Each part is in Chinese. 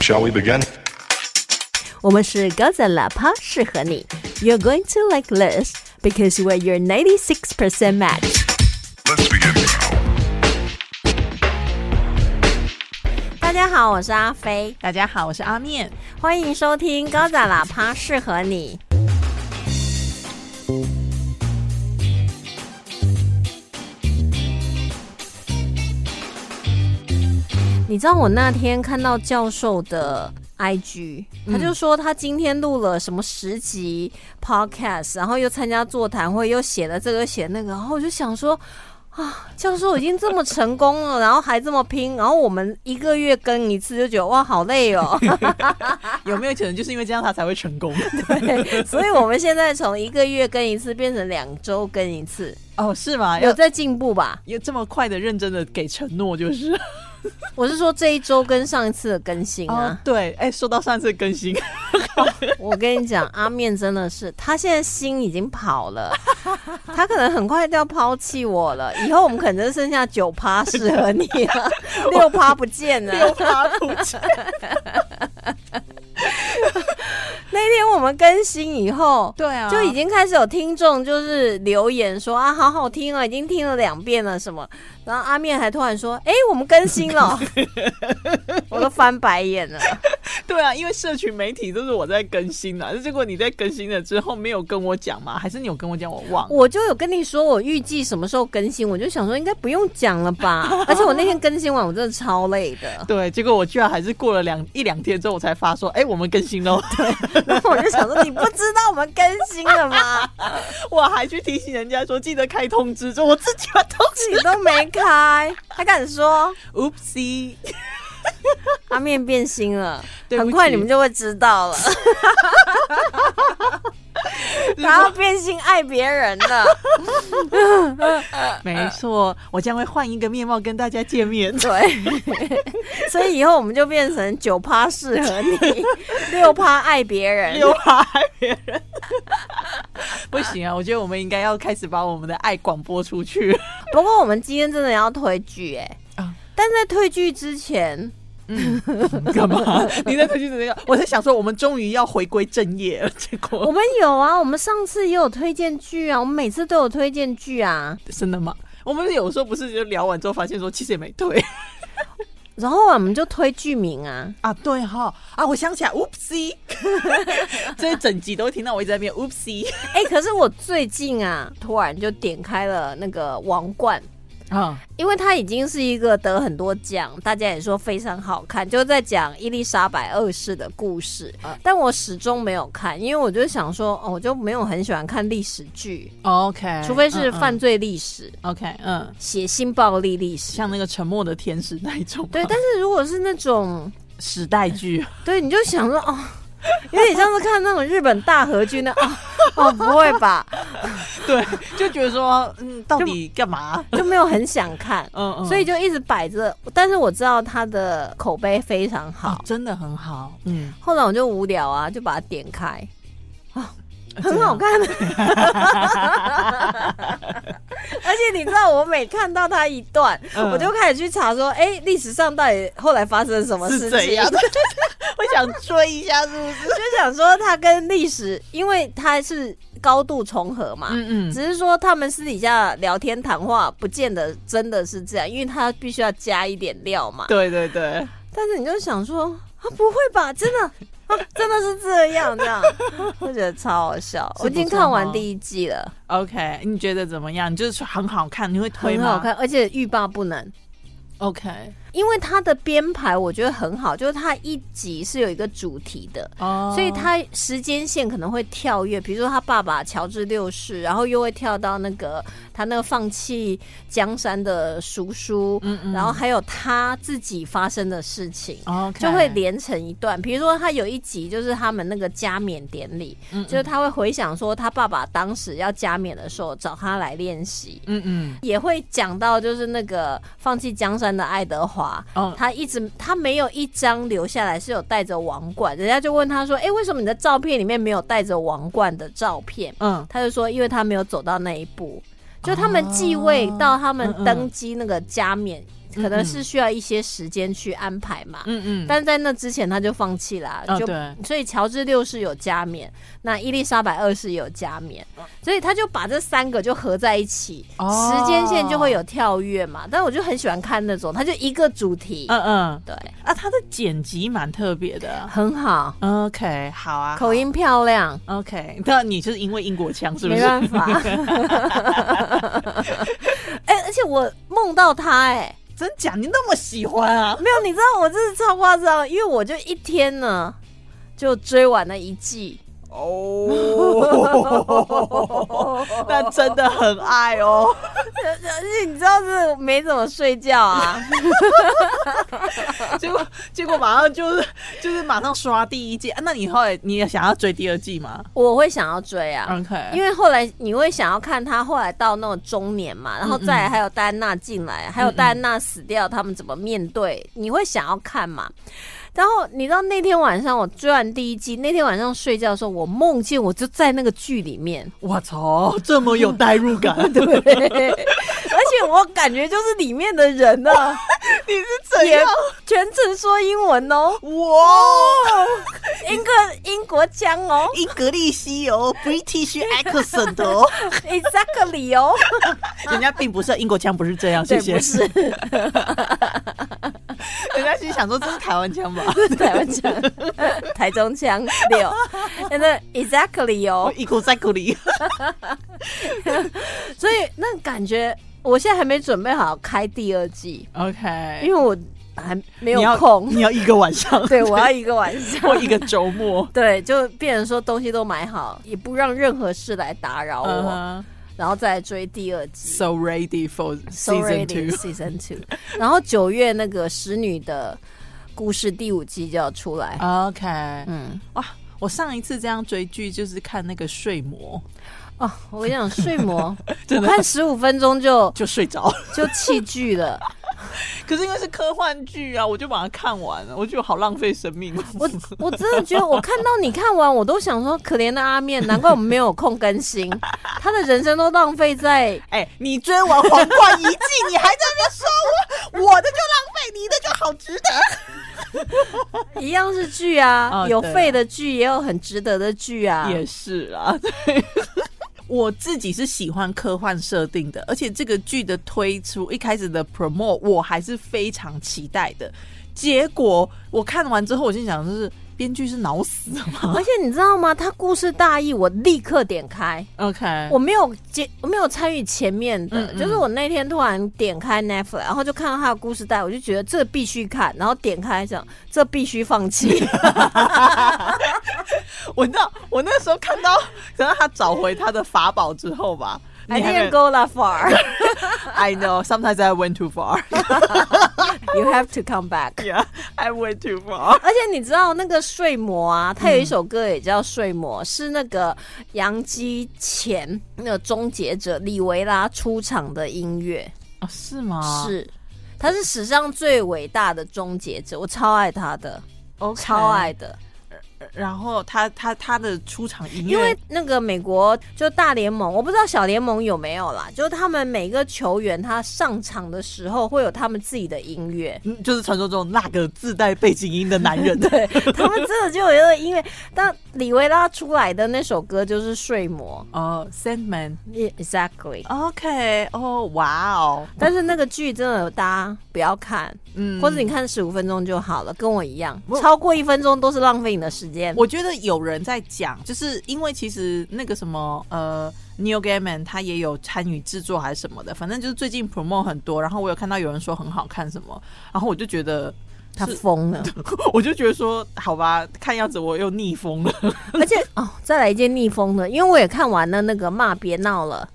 Shall we begin? 我们是高赞喇叭，适合你。You're going to like this because we're your 96% match。 Let's begin. 大家好，我是阿飞，大家好，我是阿 面。欢迎收听高赞喇叭，适合你。你知道我那天看到教授的 IG，他就说他今天录了什么十集 podcast，然后又参加座谈会，又写了这个写那个，然后我就想说。啊，教授已经这么成功了，然后还这么拼，然后我们一个月更一次，就觉得哇，好累哦。有没有可能就是因为这样他才会成功？ 对，所以我们现在从一个月更一次变成两周更一次， 哦，是吗？有要在进步吧？要这么快的、认真的给承诺，就是我是说这一周跟上一次的更新啊哦。， 对，哎、说到上次更 新，我跟你讲，阿面真的是，他现在心已经跑了， 他可能很快就要抛弃我了。以后我们可能就剩下九趴适 合你啊 了，六趴不见了。六趴不见，那天我们更新以后。 对啊就已经开始有听众就是留言说啊，好好听啊，已经听了两遍了什么。然后阿面还突然说，哎、我们更新了， 我都翻白眼了。对啊，因为社群媒体都是我在更新啊，结果你在更新了之后没有跟我讲吗？还是你有跟我讲，我忘了？我就有跟你说我预计什么时候更新，我就想说应该不用讲了吧。而且我那天更新完，我真的超累的， 对，结果我居然还是过了两一两天之后，我才发说，哎、我们更新喽！然后我就想说你不知道我们更新了吗？ 我还去提醒人家说，记得开通知，说我自己把通 自己都没开，还敢说 Oopsie，阿面变心了，对不很起快你们就会知道 了。他要变心爱别人了，没错，我将会换一个面貌跟大家见面。对， 所以以后我们就变成九趴适合你，六趴爱别人，溜滑别人。 不行啊！我觉得我们应该要开始把我们的爱广播出 去。不过我们今天真的要推剧哎、啊但在推剧之前，干嘛？你在推荐怎样？我在想说，我们终于要回归正业了。 结我果们有啊，我们上次也有推荐剧啊，我们每次都有推荐剧啊。真的吗？我们有时候不是就聊完之后发现说，其实也没推然后我们就推剧名啊，啊。对哈啊，我想起来，oopsie，所以整集都会听到我一直在念 oopsie 哎、可是我最近啊，突然就点开了那个《王冠》， 啊。因为它已经是一个得很多奖，大家也说非常好看，就在讲伊丽莎白二世的故事啊。但我始终没有看，因为我就想说，哦，我就没有很喜欢看历史剧，哦 OK，除非是嗯嗯犯罪历史、 OK，嗯，血腥暴力历史。像那个沉默的天使那一种吗，对，但是如果是那种时代剧。对，你就想说哦， 有点像是看那种日本大和剧那哦哦，不会吧？ 对，就觉得说，嗯，到底干嘛？就没有很想看，嗯嗯，所以就一直摆着。但是我知道它的口碑非常好、好，真的很好，嗯，后来我就无聊啊，就把它点开，很真的好。看。啊 而且你知道，我每看到它一段，嗯我就开始去查说，哎、历史上到底后来发生了什么事是怎情啊 样？？ 我想追一下，是不是？就想说它跟历史，因为它是高度重合嘛，嗯嗯，只是说他们私底下聊天谈话，不见得真的是这样，因为他必须要加一点料嘛。对对对，但是你就想说啊，不会吧，真的。啊、真的是这样，这样 我觉得超好笑。我是哦不错已经看完吗第一季了， OK，你觉得怎么样？你就是很好看，你会推很吗？好看，而且欲罢不能， ，OK，因为它的编排我觉得很好，就是它一集是有一个主题的，哦所以它时间线可能会跳跃，比如说他爸爸乔治六世，然后又会跳到那个他那个放弃江山的叔叔，嗯嗯然后还有他自己发生的事情。 OK 就会连成一段，比如说他有一集就是他们那个加冕典礼，嗯嗯就是他会回想说他爸爸当时要加冕的时候找他来练习，嗯嗯，也会讲到就是那个放弃江山的爱德华，哦他一直他没有一张留下来是有带着王冠，人家就问他说：“哎、为什么你的照片里面没有带着王冠的照片？”嗯他就说：“因为他没有走到那一步。”就他们继位到他们哦嗯嗯登基那个加冕可能是需要一些时间去安排嘛。嗯嗯，但在那之前他就放弃啦，哦就对所以乔治六世有加冕，那伊丽莎白二世也有加冕，所以他就把这三个就合在一起，哦时间线就会有跳跃嘛。但我就很喜欢看那种，他就一个主题，嗯嗯对，啊，他的剪辑蛮特别的。很好， OK，好啊，口音漂亮， OK，那你就是因为英国腔是不没是？办法。哎、而且我梦到他、哎， 真假？你那么喜欢啊？没有，你知道我真是超夸张，因为我就一天呢就追完了一季。哦， 那真的很爱 哦。而且你知道是没怎么睡觉啊， 结果结果马上就是就是马上刷第一季、啊，那你后来你也想要追第二季吗我会想要追啊。 ？OK，因为后来你会想要看他后来到那种中年嗯嘛，然后再来还有戴安娜进来，还有戴安娜死掉，他们怎么面对，你会想要看嘛？然后你知道那天晚上我追完第一季，那天晚上睡觉的时候，我梦见我就在那个剧里面， 我操，这么有代入感， 对，而且我感觉就是里面的人呢、啊， 你是怎也样？全程说英文哦，哇，英国英国腔哦英格利西哦，British accent 哦， ，exactly 哦。人家并不是英国腔，不是这样，谢对，谢不。是 人家心想说这是台湾腔吧？ 台湾腔，台中腔六， 那 exactly 哦，一口塞口里，所以那感觉我现在还没准备好开第二季，因 OK，为我还没没有空，哎你要一个晚上， 对我要一个晚 上，或一个周 末。对，就变成说东西都买好，也不让任何事来打扰我，嗯哼然后再来追第二季。 So ready for So season ready two。season two，然后九月那个使女的故事第五季就要出来， OK，嗯，哇，我上一次这样追剧就是看那个睡魔，哦，我跟你讲，睡魔 真的看十五分钟就就睡着。就弃剧了。 可是因为是科幻剧啊，我就把它看完了，我觉得好浪费生命。我我真的觉得，我看到你看完，我都想说，可怜的阿面，难怪我们没有空更 新，他的人生都浪费在。 哎、你追完《皇冠一季》，你还在那边说我我的就浪费，你的就好值得。一样是剧啊，哦有对啊废的剧，也有很值得的剧啊。也是啊， 对。我自己是喜欢科幻设定的，而且这个剧的推出一开始的 promo 我还是非常期待的。结果我看完之后，我心想就是编剧是脑死了 吗而且你知道吗？他故事大意，我立刻点开， ？OK，我没有接，我没有参与前面的，嗯嗯嗯就是我那天突然点开 Netflix，然后就看到他的故事带，我就觉得这必须看，然后点开想这必须放 弃。 我知道，我那时候看到，可能他找回他的法宝之后吧。 I 你还 didn't 没 go that far. I know. Sometimes I went too far. You have to come back. Yeah, I went too far. 而且你知道那个睡魔啊，他有一首歌也叫《睡魔》，是那个杨基前那个终结者李维拉出场的音乐，哦，是吗？是。他是史上最伟大的终结者，我超爱他的 o 超。爱的。然后他他他的出场音乐，因为那个美国就大联盟，我不知道小联盟有没有啦，就是他们每个球员他上场的时候会有他们自己的音乐，嗯就是传说中那个自带背景音的男 人，对他们真的就有一个音乐。但李维拉出来的那首歌就是《睡魔哦、s a n d m a n》 ，Exactly。 OK，哦，哇哦，但是那个剧真的大家不要看，嗯或者你看十五分钟就好了，跟我一样我，超过一分钟都是浪费你的时间。我觉得有人在讲，就是因为其实那个什么呃，Neil Gaiman 他也有参与制作还是什么的，反正就是最近 promo 很多，然后我有看到有人说很好看什么，然后我就觉得， 他疯了，我就觉得说，好吧，看样子我又逆风 了。而且哦，再来一件逆风的，因为我也看完了那个《骂别闹了》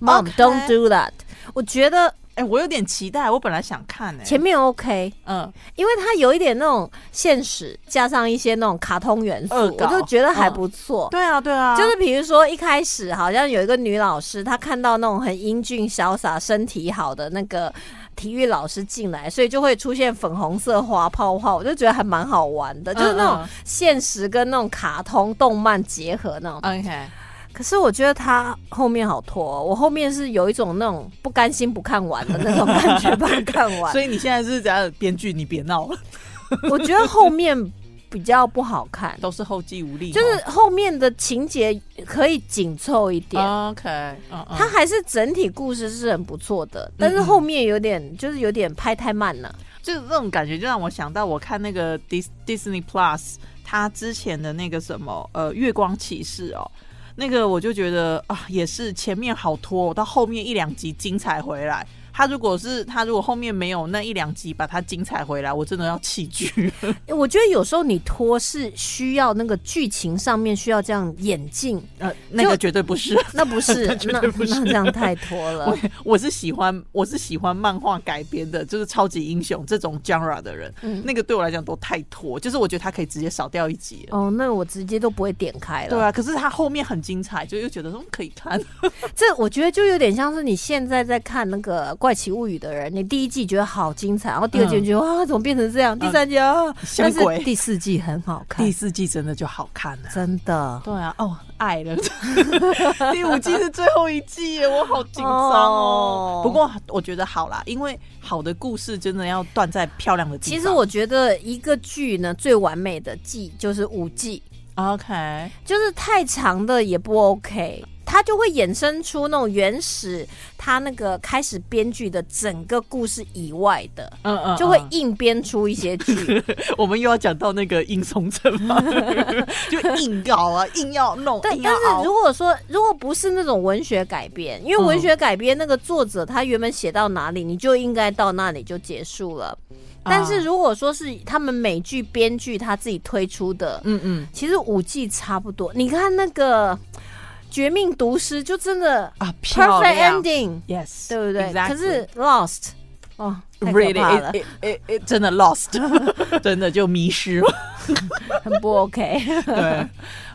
，Mom don't do that。我觉得哎、我有点期待，我本来想看哎、前面 OK，嗯，因为它有一点那种现实，加上一些那种卡通元素，恶我搞嗯就觉得还不错。对啊，对啊，就是比如说，一开始好像有一个女老师，她看到那种很英俊潇洒、身体好的那个体育老师进来，所以就会出现粉红色花泡泡，我就觉得还蛮好玩的，就是那嗯种现实跟那种卡通动漫结合那种。 OK，可是我觉得他后面好拖、哦，我后面是有一种那种不甘心不看完的那种感觉，把它看完。 所以你现在是怎样？编剧，你别闹了，我觉得后面比较不好看，都是后继无力哦。就是后面的情节可以紧凑一点。哦 OK，嗯嗯它还是整体故事是很不错的，但是后面有点就是有点拍太慢了。就是这种感觉，就让我想到我看那个 Dis Disney Plus，它之前的那个什么呃《月光骑士》哦，那个我就觉得啊，也是前面好拖、到后面一两集精彩回来。他如果是他如果后面没有那一两集把它精彩回来，我真的要弃剧。我觉得有时候你拖是需要那个剧情上面需要这样演 进， 呃，那个就绝对不 是，那不是那绝那对不是那这样太拖了 我。我是喜欢我是喜欢漫画改编的，就是超级英雄这种 genre 的人，嗯那个对我来讲都太拖，就是我觉得他可以直接少掉一集了。哦，那我直接都不会点开了。对啊，可是他后面很精彩，就又觉得嗯可以看。这我觉得就有点像是你现在在看那个《怪奇物语》的人，你第一季觉得好精彩，然后第二季嗯觉得、哇怎么变成这样，第三季啊，像但是鬼第四季很好看 第，四季真的就好看了。真的。对啊，哦，爱了。 第五季是最后一季耶，我好紧张哦。哦不过我觉得好啦，因为好的故事真的要断在漂亮的地方。其实我觉得一个剧呢，最完美的季就是五季， OK，就是太长的也不 OK，它就会衍生出那种原始它那个开始编剧的整个故事以外的，嗯嗯，就会嗯硬编出一些剧。 我们又要讲到那个硬松症嘛，就硬搞啊，硬要弄， 但硬要但是熬如果说如果不是那种文学改编，因为文学改编那个作者他原本写到哪里，你就应该到那里就结束了。但是啊如果说是他们美剧编剧他自己推出的，嗯嗯其实五季差不多。你看那个《绝命毒师》就真的啊，漂 perfect 亮 ending， ，yes，对不对 exactly 可是 Lost 哦，太可怕了 really，it it it- it 真的 lost，真 的就迷失了。很不 OK。对，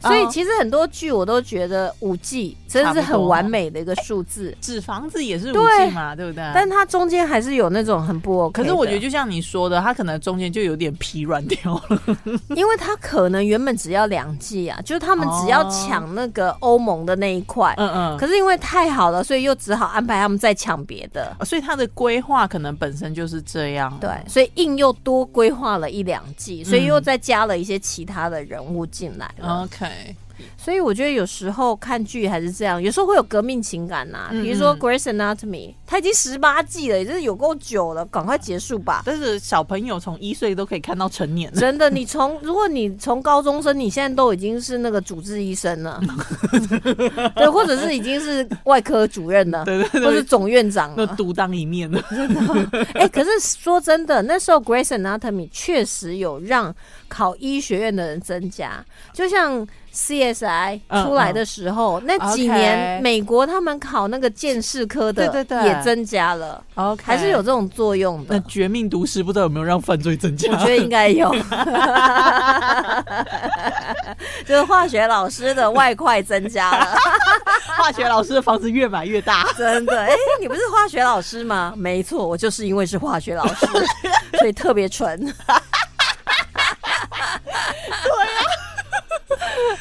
所以啊其实很多剧我都觉得五季真的是差不很多完美的一个数字。纸房子也是武对器嘛，对不对？嗯但它中间还是有那种很不 OK 可的。是我觉得，就像你说的，它可能中间就有点疲软掉了。因为它可能原本只要两季啊，就是他们只要抢那个欧盟的那一块，嗯嗯可可是因为太好了，所以又只好安排他们再抢别的。 所以它的规划可能本身就是这样。对，所以硬又多规划了一两季，所以嗯又再加了一些其他的人物进来哦了。 ，OK，所以我觉得有时候看剧还是这样，有时候会有革命情感呐、嗯比如说嗯《Grey's Anatomy》，它已经十八季了，也就是有够久了，赶快结束 吧。但是小朋友从一岁都可以看到成年了，真的，你从如果你从高中生，你现在都已经是那个主治医生 了，对，或者是已经是外科主任了， 对对或是对，总院长那了。独当一面的。 哎、可是说真的，那时候 Grace Anatomy 确实有让考医学院的人增加，就像 CSI 嗯出来的时候，那几 OK 年美国他们考那个建士科的，对对对也增加了， OK，还是有这种作用那的《。绝命毒师》不知道有没有让犯罪增加我？觉 得应该有， 就是化学老师的外快增加了，化学老师的房子越买越大。真的。哎、你不是化学老师吗？没错，我就是因为是化学老 师，所以特别纯。对呀、啊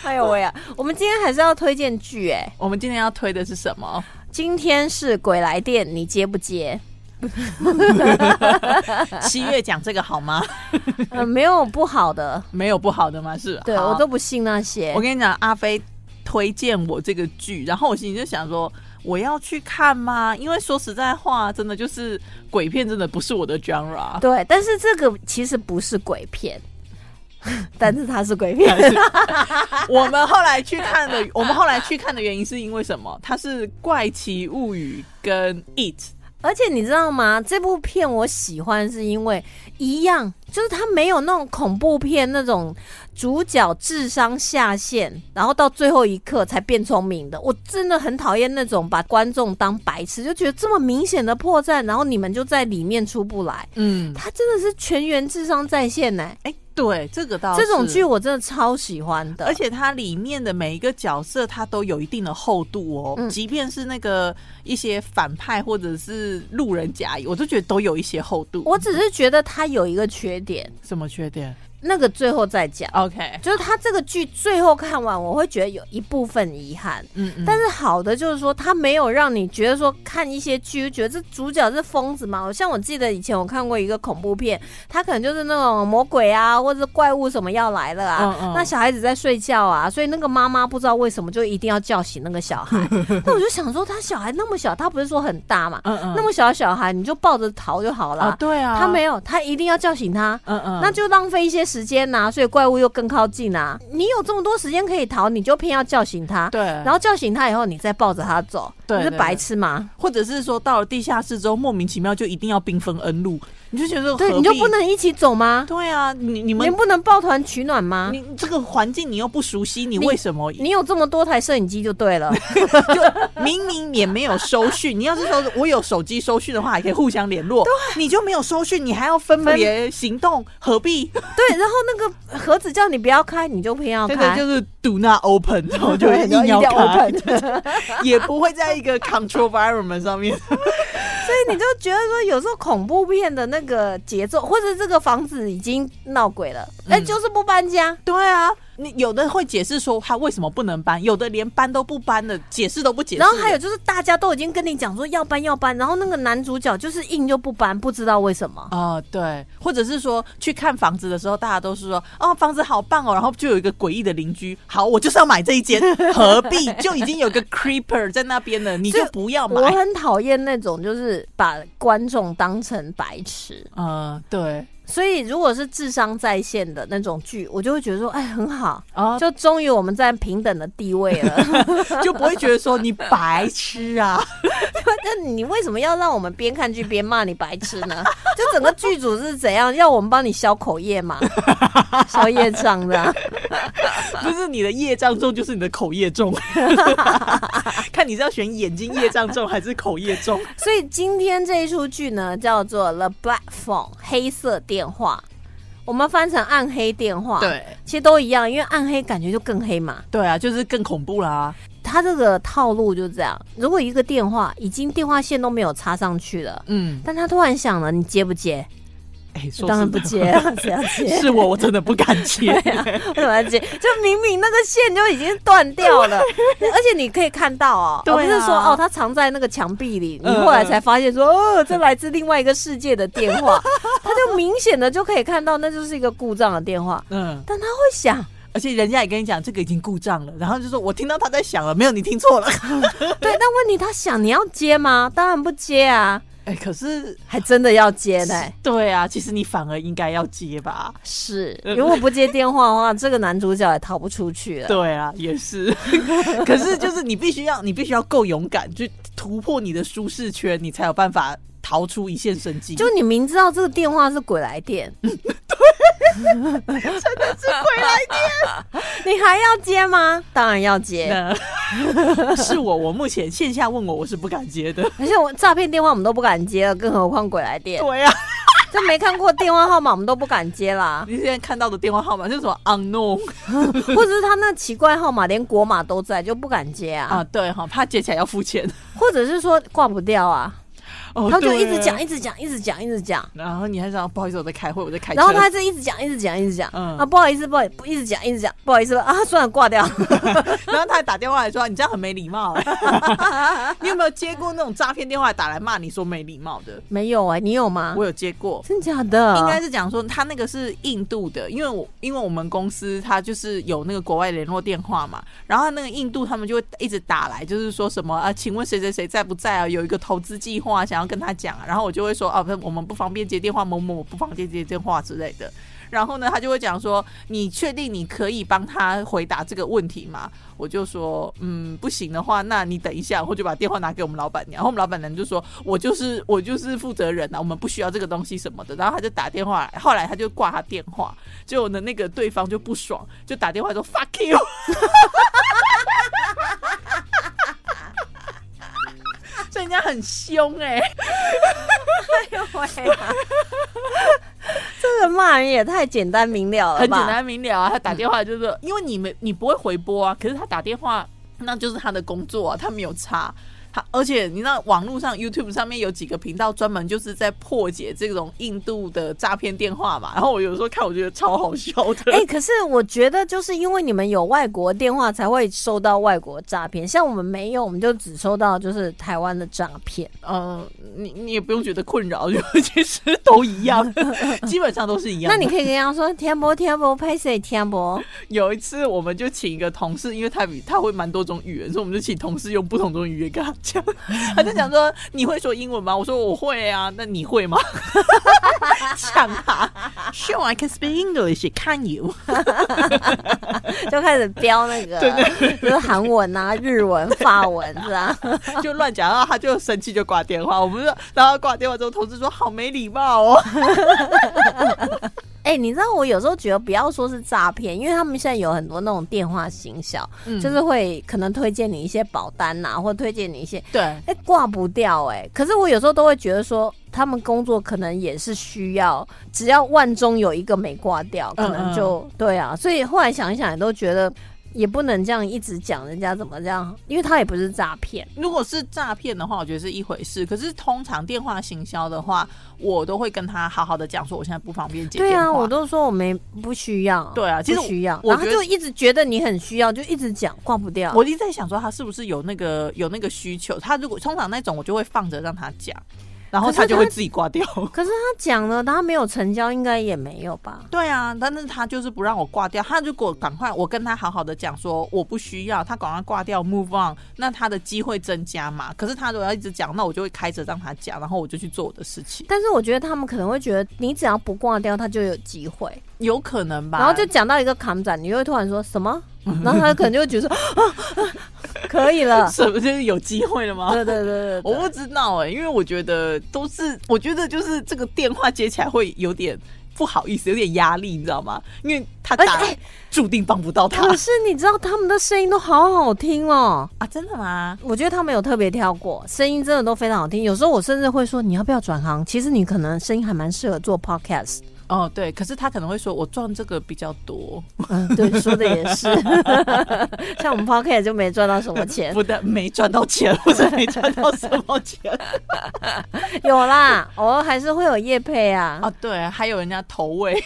哎呦喂呀、我们今天还是要推荐剧哎、 我们今天要推的是什 么？今天是《鬼来电》，你接不接？七月讲这个好 吗？呃，没有不好的，没有不好的吗？是，对好我都不信那些我。跟你讲，阿飞推荐我这个剧，然后我心里就想说，我要去看吗？因为说实在话，真的就是鬼片，真的不是我的 genre。 对，但是这个其实不是鬼片， 但是它是鬼片。我们后来去看的， 我们后来去看的原因是因为什么？它是《怪奇物语》跟《It》，而且你知道吗？这部片我喜欢是因为一样，就是它没有那种恐怖片那种主角智商下线，然后到最后一刻才变聪明的。我真的很讨厌那种把观众当白痴，就觉得这么明显的破绽，然后你们就在里面出不来。嗯，他真的是全员智商在线呢、哎、对，这个倒这种是剧我真的超喜欢的，而且它里面的每一个角色，它都有一定的厚度哦。嗯即便是那个一些反派或者是路人甲乙，我都觉得都有一些厚度。我只是觉得它有一个缺点，什么缺点？那个最后再讲。 OK，就是他这个剧最后看完，我会觉得有一部分遗憾，嗯嗯，但是好的就是说，他没有让你觉得说看一些剧觉得这主角是疯子嘛。像我记得以前我看过一个恐怖片，他可能就是那种魔鬼啊，或者是怪物什么要来了啊，嗯嗯那小孩子在睡觉啊，所以那个妈妈不知道为什么就一定要叫醒那个小 孩。那我就想说，他小孩那么小，他不是说很大嘛，嗯嗯，那么小的小孩你就抱着逃就好了。啊，对啊，他没有，他一定要叫醒他。嗯嗯，那就浪费一些时间呐、所以怪物又更靠近啊。你有这么多时间可以逃，你就偏要叫醒他，对，然后叫醒他以后，你再抱着他走，对你是对白痴吗？或者是说到了地下室之后，莫名其妙就一定要兵分恩路，你就觉得对，何你就必不能一起走吗？对啊，你你你们不能抱团取暖吗？你这个环境你又不熟悉，你你为什么你有这么多台摄影机就对 了，明明也没有收讯？你要是说我有手机收讯的话，还可以互相联络，你就没有收讯，你还要分分别行动，何必？对，然后那个盒子叫你不要开，你就偏要真的开，就是 do not open，然后就会对硬然要后一定要开 open 也不会在一个 control environment 上面。所以你就觉得说，有时候恐怖片的那个节奏，或者这个房子已经闹鬼了，哎、嗯就是不搬家，对啊，你有的会解释说他为什么不能搬，有的连搬都不搬的，解释都不解释。然后还有，就是，大家都已经跟你讲说要搬要搬，然后那个男主角就是硬就不搬，不知道为什么。哦，对，或者是说去看房子的时候，大家都是说哦房子好棒哦，然后就有一个诡异的邻居，好我就是要买这一间，何必就已经 有个 creeper 在那边了，你就所以不要我买。很讨厌那种就是把观众当成白痴，嗯，对，所以如果是智商在线的那种剧，我就会觉得说，哎，很好，哦，就终于我们在平等的地位了。就就不会觉得说你白痴啊，那你为什么要让我们边看剧边骂你白痴呢？就整个剧组是怎样，要我们帮你消口业嘛，消业障的啊、就是你的业障重就是你的口 业重，看你是要选眼睛业障重还是口业重。所以今天这一出剧呢，叫做《The Black Phone》黑色电话，我们翻成暗黑电话，，其实都一样，因为暗黑感觉就更黑嘛。啊对啊，就是更恐怖啦。它这个套路就这样，如果一个电话已经电话线都没有插上去了，嗯，但他突然响了，你接不接？哎、说当然实不在接 啊，谁要接？ 是我，我真的不敢接。为什么要接？就明明那个线就已经断掉了，而且你可以看到哦，对啊而不是说哦，它藏在那个墙壁里，你嗯后来才发 现说，哦，这来自另外一个世界的电话， 它就明显的就可以看到，那就是一个故障的电话。嗯，但它会 响，而且人家也跟你讲这个已经故障了，然后就说我听到他在响了，没有你听错了。对，但问题它响，你要接吗？当然不接啊，哎、可是还真的要接呢、对啊，其实你反而应该要接吧？是，嗯如果不接电话的话，这个男主角也逃不出去了。对啊，也是。可是就是你必须要，你必须要够勇敢，就突破你的舒适圈，你才有办法逃出一线生机。就你明知道这个电话是鬼来电，对，真的是鬼来电，你还要接吗？当然要接， 那是我，我目前线下问我，我是不敢接的。而且我诈骗电话我们都不敢接了，更何况鬼来电，对啊， 就没看过电话号码我们都不敢接啦，你现在看到的电话号码就是什么 unknown 或者是他那奇怪号码连国码都在就不敢接啊，啊？对哈，怕接起来要付钱。或者是说挂不掉啊，哦，他就对一直讲一直讲一直讲一直讲。然后你还想，哦不好意思，我在开会，我在开车。然后 他还是一直讲，一直讲，一直讲、嗯啊！不好意思，不好意思，一直讲，一直讲，不好意思啊！算了，挂掉。 然后他还打电话来说：“你这样很没礼貌、啊 你有没有接过那种诈骗电话打来骂你说没礼貌的？没有哎、你有吗？我有接过。真假的？应该是讲说他那个是印度的，因为我因为我们公司他就是有那个国外联络电话嘛，然后那个印度他们就会一直打来，就是说什么啊，请问谁谁谁在不在啊？有一个投资计划想要跟他讲啊、然后我就会说啊，不我们不方便接电话，某某某不方便接电话之类的。然后呢，他就会讲说：“你确定你可以帮他回答这个问题吗？”我就说：“嗯，不行的话，那你等一下，我就把电话拿给我们老板娘。”然后我们老板娘就说：“我就是我就是负责人啊，我们不需要这个东西什么的。”然后他就打电话来，后来他就挂他电话，结果呢，那个对方就不爽，就打电话说 “fuck you”。所以人家很凶哎、会啊！ 这个骂人也太简单明了了很简吧？嗯单明了啊。他打电话就是，因为你们你不会回拨啊，可是他打电话那就是他的工作啊，他没有差。他而且你知道网络上 YouTube 上面有几个频道专门就是在破解这种印度的诈骗电话嘛，然后我有时候看我觉得超好笑的。 哎、可是我觉得就是因为你们有外国电话，才会收到外国诈骗，像我们没有，我们就只收到就是台湾的诈骗。嗯、你你也不用觉得困扰，因为其实都一 样，基本上都是一样那的。你可以跟他说天波天波拍谁天波，有一次，我们就请一个同事，因为他比他会蛮多种语言，所以我们就请同事用不同种语言跟他讲。他就讲说：“你会说英文吗？”我说：“我会啊。”那你会 吗？呛他，Sure, I can 啊 speak English. Can you？就开始飙那 个，就是韩文啊、日文、法文是啊。就乱讲，啊然后他就生气，就挂电话。我们说，然后挂电话之后，同事说：“好没礼貌哦。 哎、你知道我有时候觉得不要说是诈骗，因为他们现在有很多那种电话行销，嗯就是会可能推荐你一些保单呐、或推荐你一些”，对，哎、挂不掉哎、可是我有时候都会觉得说，他们工作可能也是需要，只要万中有一个没挂掉，可嗯嗯能就对啊。所以后来想一想，也都觉得也不能这样一直讲人家怎么这样，因为他也不是诈骗。如果是诈骗的话，我觉得是一回事。可是通常电话行销的话，我都会跟他好好的讲说，我现在不方便接对电话。啊，我都说我没不需要。对啊其实不需要。我然觉后得他就一直觉得你很需要，就一直讲挂不掉。我一直在想说他是不是有那个有那个需求，他如果通常那种我就会放着让他讲，然后可是他就会他自己挂掉。可是他讲了，他没有成交，应该也没有吧？ 对啊，但是他就是不让我挂掉。他如果赶快我跟他好好的讲说我不需要，他赶快挂掉 move on，那他的机会增加嘛。可是他如果要一直讲，那我就会开着让他讲，然后我就去做我的事情，但是我觉得他们可能会觉得，你只要不挂掉，他就有机会。有可能吧。。然后就讲到一个坎展，你就会突然说什 么，然后他可能就会 觉得说啊啊，可以了 是不是有机会了吗？ 对对对对我对，不知道哎、因为我觉得都是，我觉得就是这个电话接起来会有点不好意思，有点压力，你知道吗？因为他而且打哎注定帮不到他可是你知道他们的声音都好好听哦，哦啊！真的吗？我觉得他们有特别挑过，声音真的都非常好听。有时候我甚至会说，你要不要转行？其实你可能声音还蛮适合做 podcast。哦，对，可是他可能会说，我赚这个比较多，嗯，对，说的也是。 像我们 podcast 就没赚到什么 钱，不但没赚到钱，或者没赚到什么 钱有啦，偶尔还是会有业配 啊。啊！对，还有人家投喂，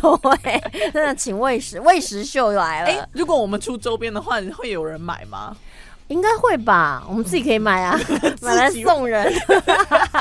都会，真的请喂食喂食秀来 哎、了，如果我们出周边的话，会有人买吗？应该会吧？我们自己可以买 啊，买来送人。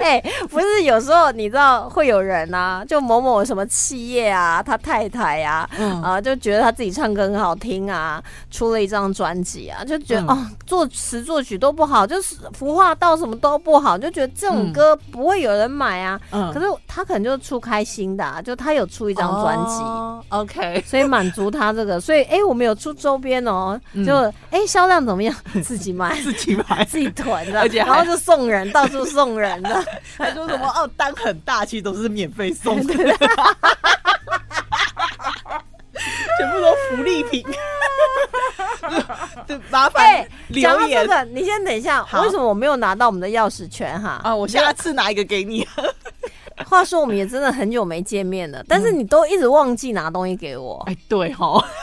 哎、不是，有时候你知道会有人啊，就某某什么企业啊，他太太啊，嗯啊、就觉得他自己唱歌很好听啊，出了一张专辑啊，就觉得、嗯哦，作词作曲都不好，就是服化道什么都不好，就觉得这种歌不会有人买啊。嗯可是他可能就出开心的、啊，就他有出一一张专辑。哦 o k 所以满足他这个，所以哎、诶我们有出周边哦，嗯。就哎销、量怎么样，自己买 自己买。自己囤的，而且还然后就送 人，到处送人的，还说什 么哦，单很大，其实都是免费送的， 全部都福利 品。对，麻哎烦讲留到这言个，你先等一下，好为什么我没有拿到我们的钥匙圈哈？啊，我下次拿一个给 你。话说我们也真的很久没见面了，但是你都一直忘记拿东西给我。嗯哎，对哦哈。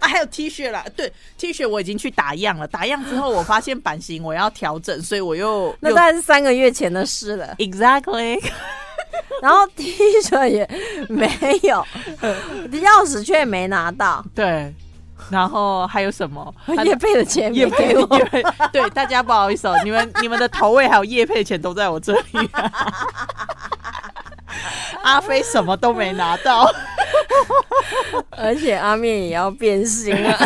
啊，还有 T 恤啦，对 T 恤我已经去打样了，打样之后我发现版型我要调整，所以我又那又，大概是三个月前的事了 exactly 然后 T 恤也没 有，钥匙圈也没拿到，对，然后还有什么？叶贝的钱 也没给我，叶配对大家不好意思哦，你们你们的头位还有叶配钱都在我这里、 阿飞什么都没拿到，而且阿面也要变心 了，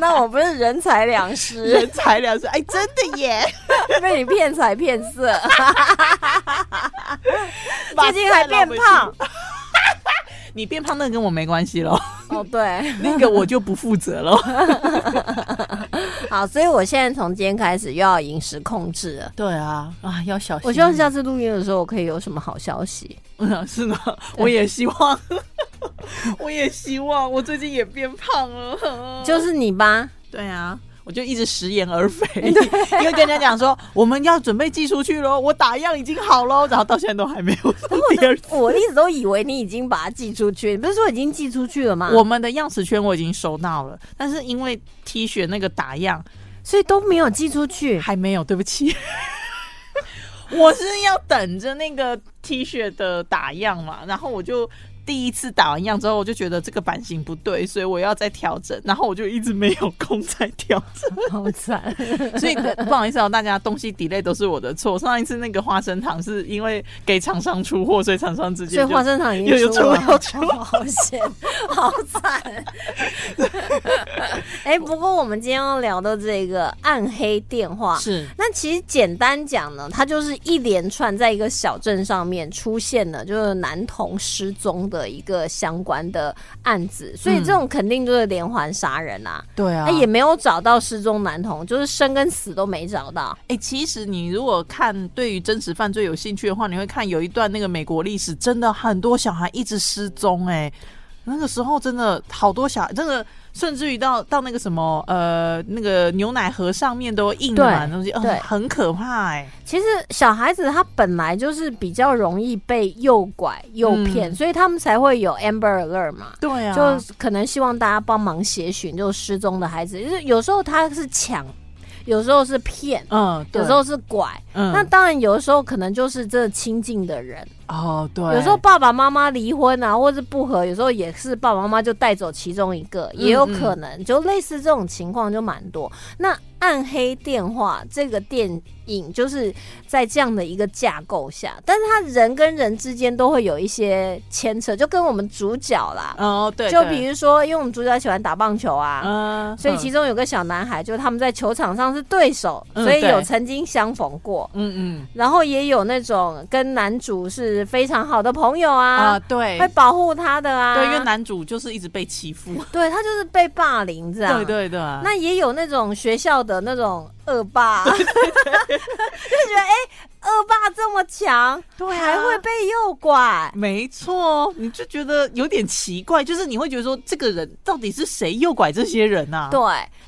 那我不是人财两失，人财两失。哎，真的 耶！被你骗财骗色，最最近还变胖。。你变胖那个跟我没关系咯， 哦，对，那个我就不负责了。好，所以我现在从今天开始又要饮食控制了。 对啊，啊，要小心。我希望下次录音的时候，我可以有什么好消息。嗯 是吗？我也希望， 我也希望，我最近也变胖了。就是你吧，对啊，我就一直食言而肥， 因为跟人家讲说我们要准备寄出去喽，我打样已经好喽，然后到现在都还没有送第二次。我一直都以为你已经把它寄出去，你不是说已经寄出去了吗？我们的样式圈我已经收到了，但是因为 T 恤那个打样，所以都没有寄出去。还没有，对不起。我是要等着那个 T 恤的打样嘛，然后我就第一次打完样之后，我就觉得这个版型不对，所以我要再调整，然后我就一直没有空再调好惨， 整，所以不好意思啊，大家东西 delay 都是我的错。上一次那个花生糖是因为给厂商出货，所以厂商直接所以就花生糖已又经有出了， 又出好险，好 惨。哎、不过我们今天要聊的这个暗黑电话。是那其实简单讲呢，它就是一连串在一个小镇上面出现了，就是男童失踪的一个相关的案子，所以这种肯定就是连环杀人啊。嗯对他、啊也没有找到失踪男童，就是生跟死都没找到。哎、其实你如果看对于真实犯罪有兴趣的话，你会看有一段那个美国历史，真的很多小孩一直失踪、哎，那个时候真的好多小孩，真的甚至于到到那个什么呃那个牛奶盒上面都印对满东西，哦、对很可怕哎、其实小孩子他本来就是比较容易被诱拐、诱骗，嗯所以他们才会有 Amber Alert 嘛。对啊，就可能希望大家帮忙协寻，就失踪的孩子，就是有时候他是抢，有时候是骗，嗯，对有时候是拐。嗯那当然，有的时候可能就是这亲近的人，哦对，有时候爸爸妈妈离婚啊，或是不和，有时候也是爸爸妈妈就带走其中一个，嗯也有可能，就类似这种情况就蛮多。那暗黑电话这个电影就是在这样的一个架构下，但是他人跟人之间都会有一些牵扯，就跟我们主角啦，哦对，就对比如说，因为我们主角喜欢打棒球啊。嗯，所以其中有个小男孩，就是他们在球场上是对手，嗯所以有对曾经相逢过。嗯嗯然后也有那种跟男主是非常好的朋友嗯啊，啊对会保护他的啊，对，因为男主就是一直被欺负，对他就是被霸凌这样。对对对啊，那也有那种学校的那种恶 霸，就觉得哎、恶霸这么强，对啊还会被诱拐。没错，哦你就觉得有点奇怪，就是你会觉得说，这个人到底是谁诱拐这些人啊？对，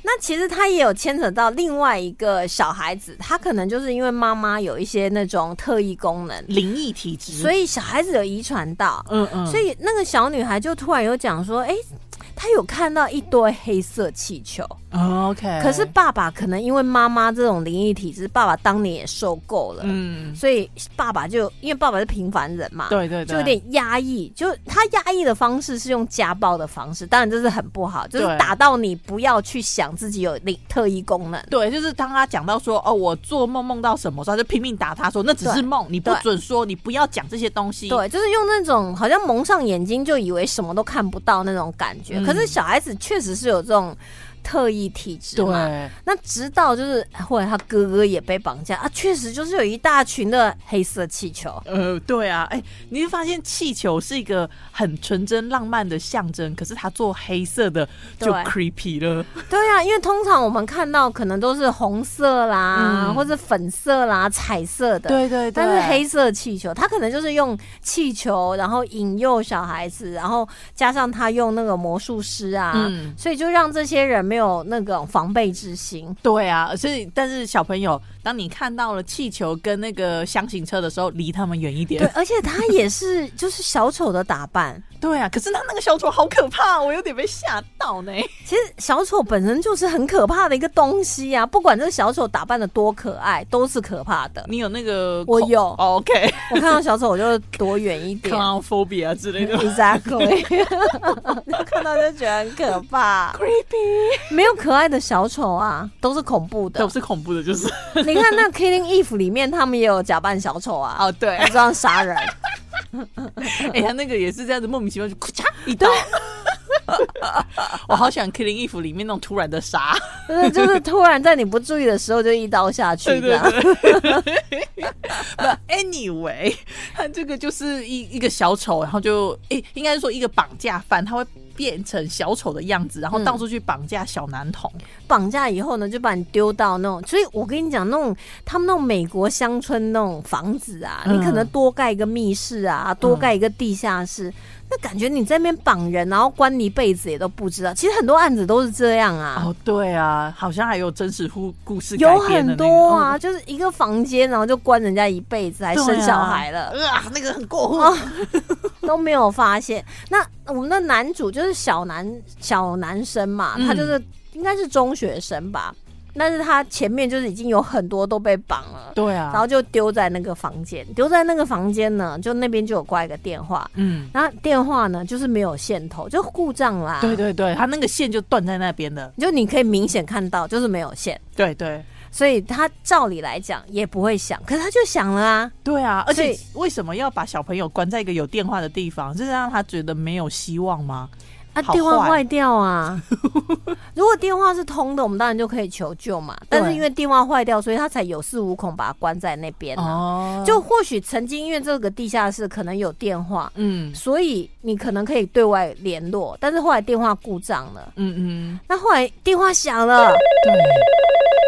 那其实他也有牵扯到另外一个小孩子，他可能就是因为妈妈有一些那种特异功能，灵异体质，所以，以小孩子有遗传到，嗯嗯，所以，以那个小女孩就突然有讲说，哎、她有看到一堆黑色气球，嗯 OK，可是，爸爸可能因为妈妈这种灵异体质，爸爸当年也受够了，嗯，所以爸爸就因为爸爸是平凡人嘛，对对对，就有点压抑，就他压抑的方式是用家暴的方式，当然这是很不好，就是对打到你不要去想自己有灵特异功能，对，就是当他讲到说，哦，我做梦梦到什么时候，他就拼命打他说，那只是梦，你不对准说，你不要讲这些东西。对，就是用那种好像蒙上眼睛就以为什么都看不到那种感觉。嗯可是小孩子确实是有这种特异体质嘛。对，那直到就是后来他哥哥也被绑架啊，确实就是有一大群的黑色气 球。呃，对啊，哎、你会发现气球是一个很纯真浪漫的象征，可是它做黑色的对就 creepy 了。对啊，因为通常我们看到可能都是红色啦，嗯或者粉色啦、彩色的。对对对，但是黑色气球，他可能就是用气球，然后引诱小孩子，然后加上他用那个魔术师啊，嗯所以就让这些人没有那种防备之心。对啊，所以但是小朋友，当你看到了气球跟那个箱型车的时候，离他们远一点对。，而且他也是就是小丑的打扮。对啊，可是他那个小丑好可怕，我有点被吓到 呢。其实小丑本身就是很可怕的一个东西啊，不管这个小丑打扮的多可爱，都是可怕 的。你有那个哦我有 ，OK，我看到小丑我就躲远一点 clownphobia 之类的。 ，exactly，就看到就觉得很可怕，creepy。没有可爱的小丑啊，都是恐怖的都。是恐怖的，就是你看那《Killing Eve》里面，他们也有假扮小丑啊，哦，对，这样杀人。 哎、他那个也是这样子，莫名其妙就咔嚓一刀。 我好喜欢《Killing Eve》里面那种突然的杀，就是就是突然在你不注意的时候就一刀下去，这样。 不，anyway，他这个就是一一个小丑，然后就诶、应该是说一个绑架犯，他会变成小丑的样子，然后嗯到处去绑架小男童。绑架以后呢，就把你丢到那种，所以我跟你讲，那种他们那种美国乡村那种房子啊，嗯你可能多盖一个密室啊，多盖一个地下室，那感觉你在那边绑人，然后关你一辈子也都不知道。其实很多案子都是这样啊，哦，对啊，好像还有真实故故事有改编的很那个哦多啊，，就是一个房间，然后就关人家一辈子，还对啊生小孩哦了。啊，那个很过分。哦都没有发现。那我们的男主就是小男小男生嘛，嗯他就是应该是中学生吧。但是他前面就是已经有很多都被绑了。对然啊，后就丢在那个房间，丢在那个房间呢，就那边就有挂一个电话，嗯，啊然后电话呢就是没有线头，就故障啦。对，对对，他那个线就断在那边的，就你可以明显看到就是没有线，对对所以他照理来讲也不会响，可是他就响了啊。对啊，而且所为什么要把小朋友关在一个有电话的地方？是让他觉得没有希望吗？啊，好电话坏坏掉 啊！如果电话是通的，我们当然就可以求救嘛。但是对因为电话坏掉，所以他才有恃无恐把它关在那边、啊。哦就或许曾经因为这个地下室可能有电话，嗯所以你可能可以对外联络，但是后来电话故障了，嗯嗯，那后来电话响了，对。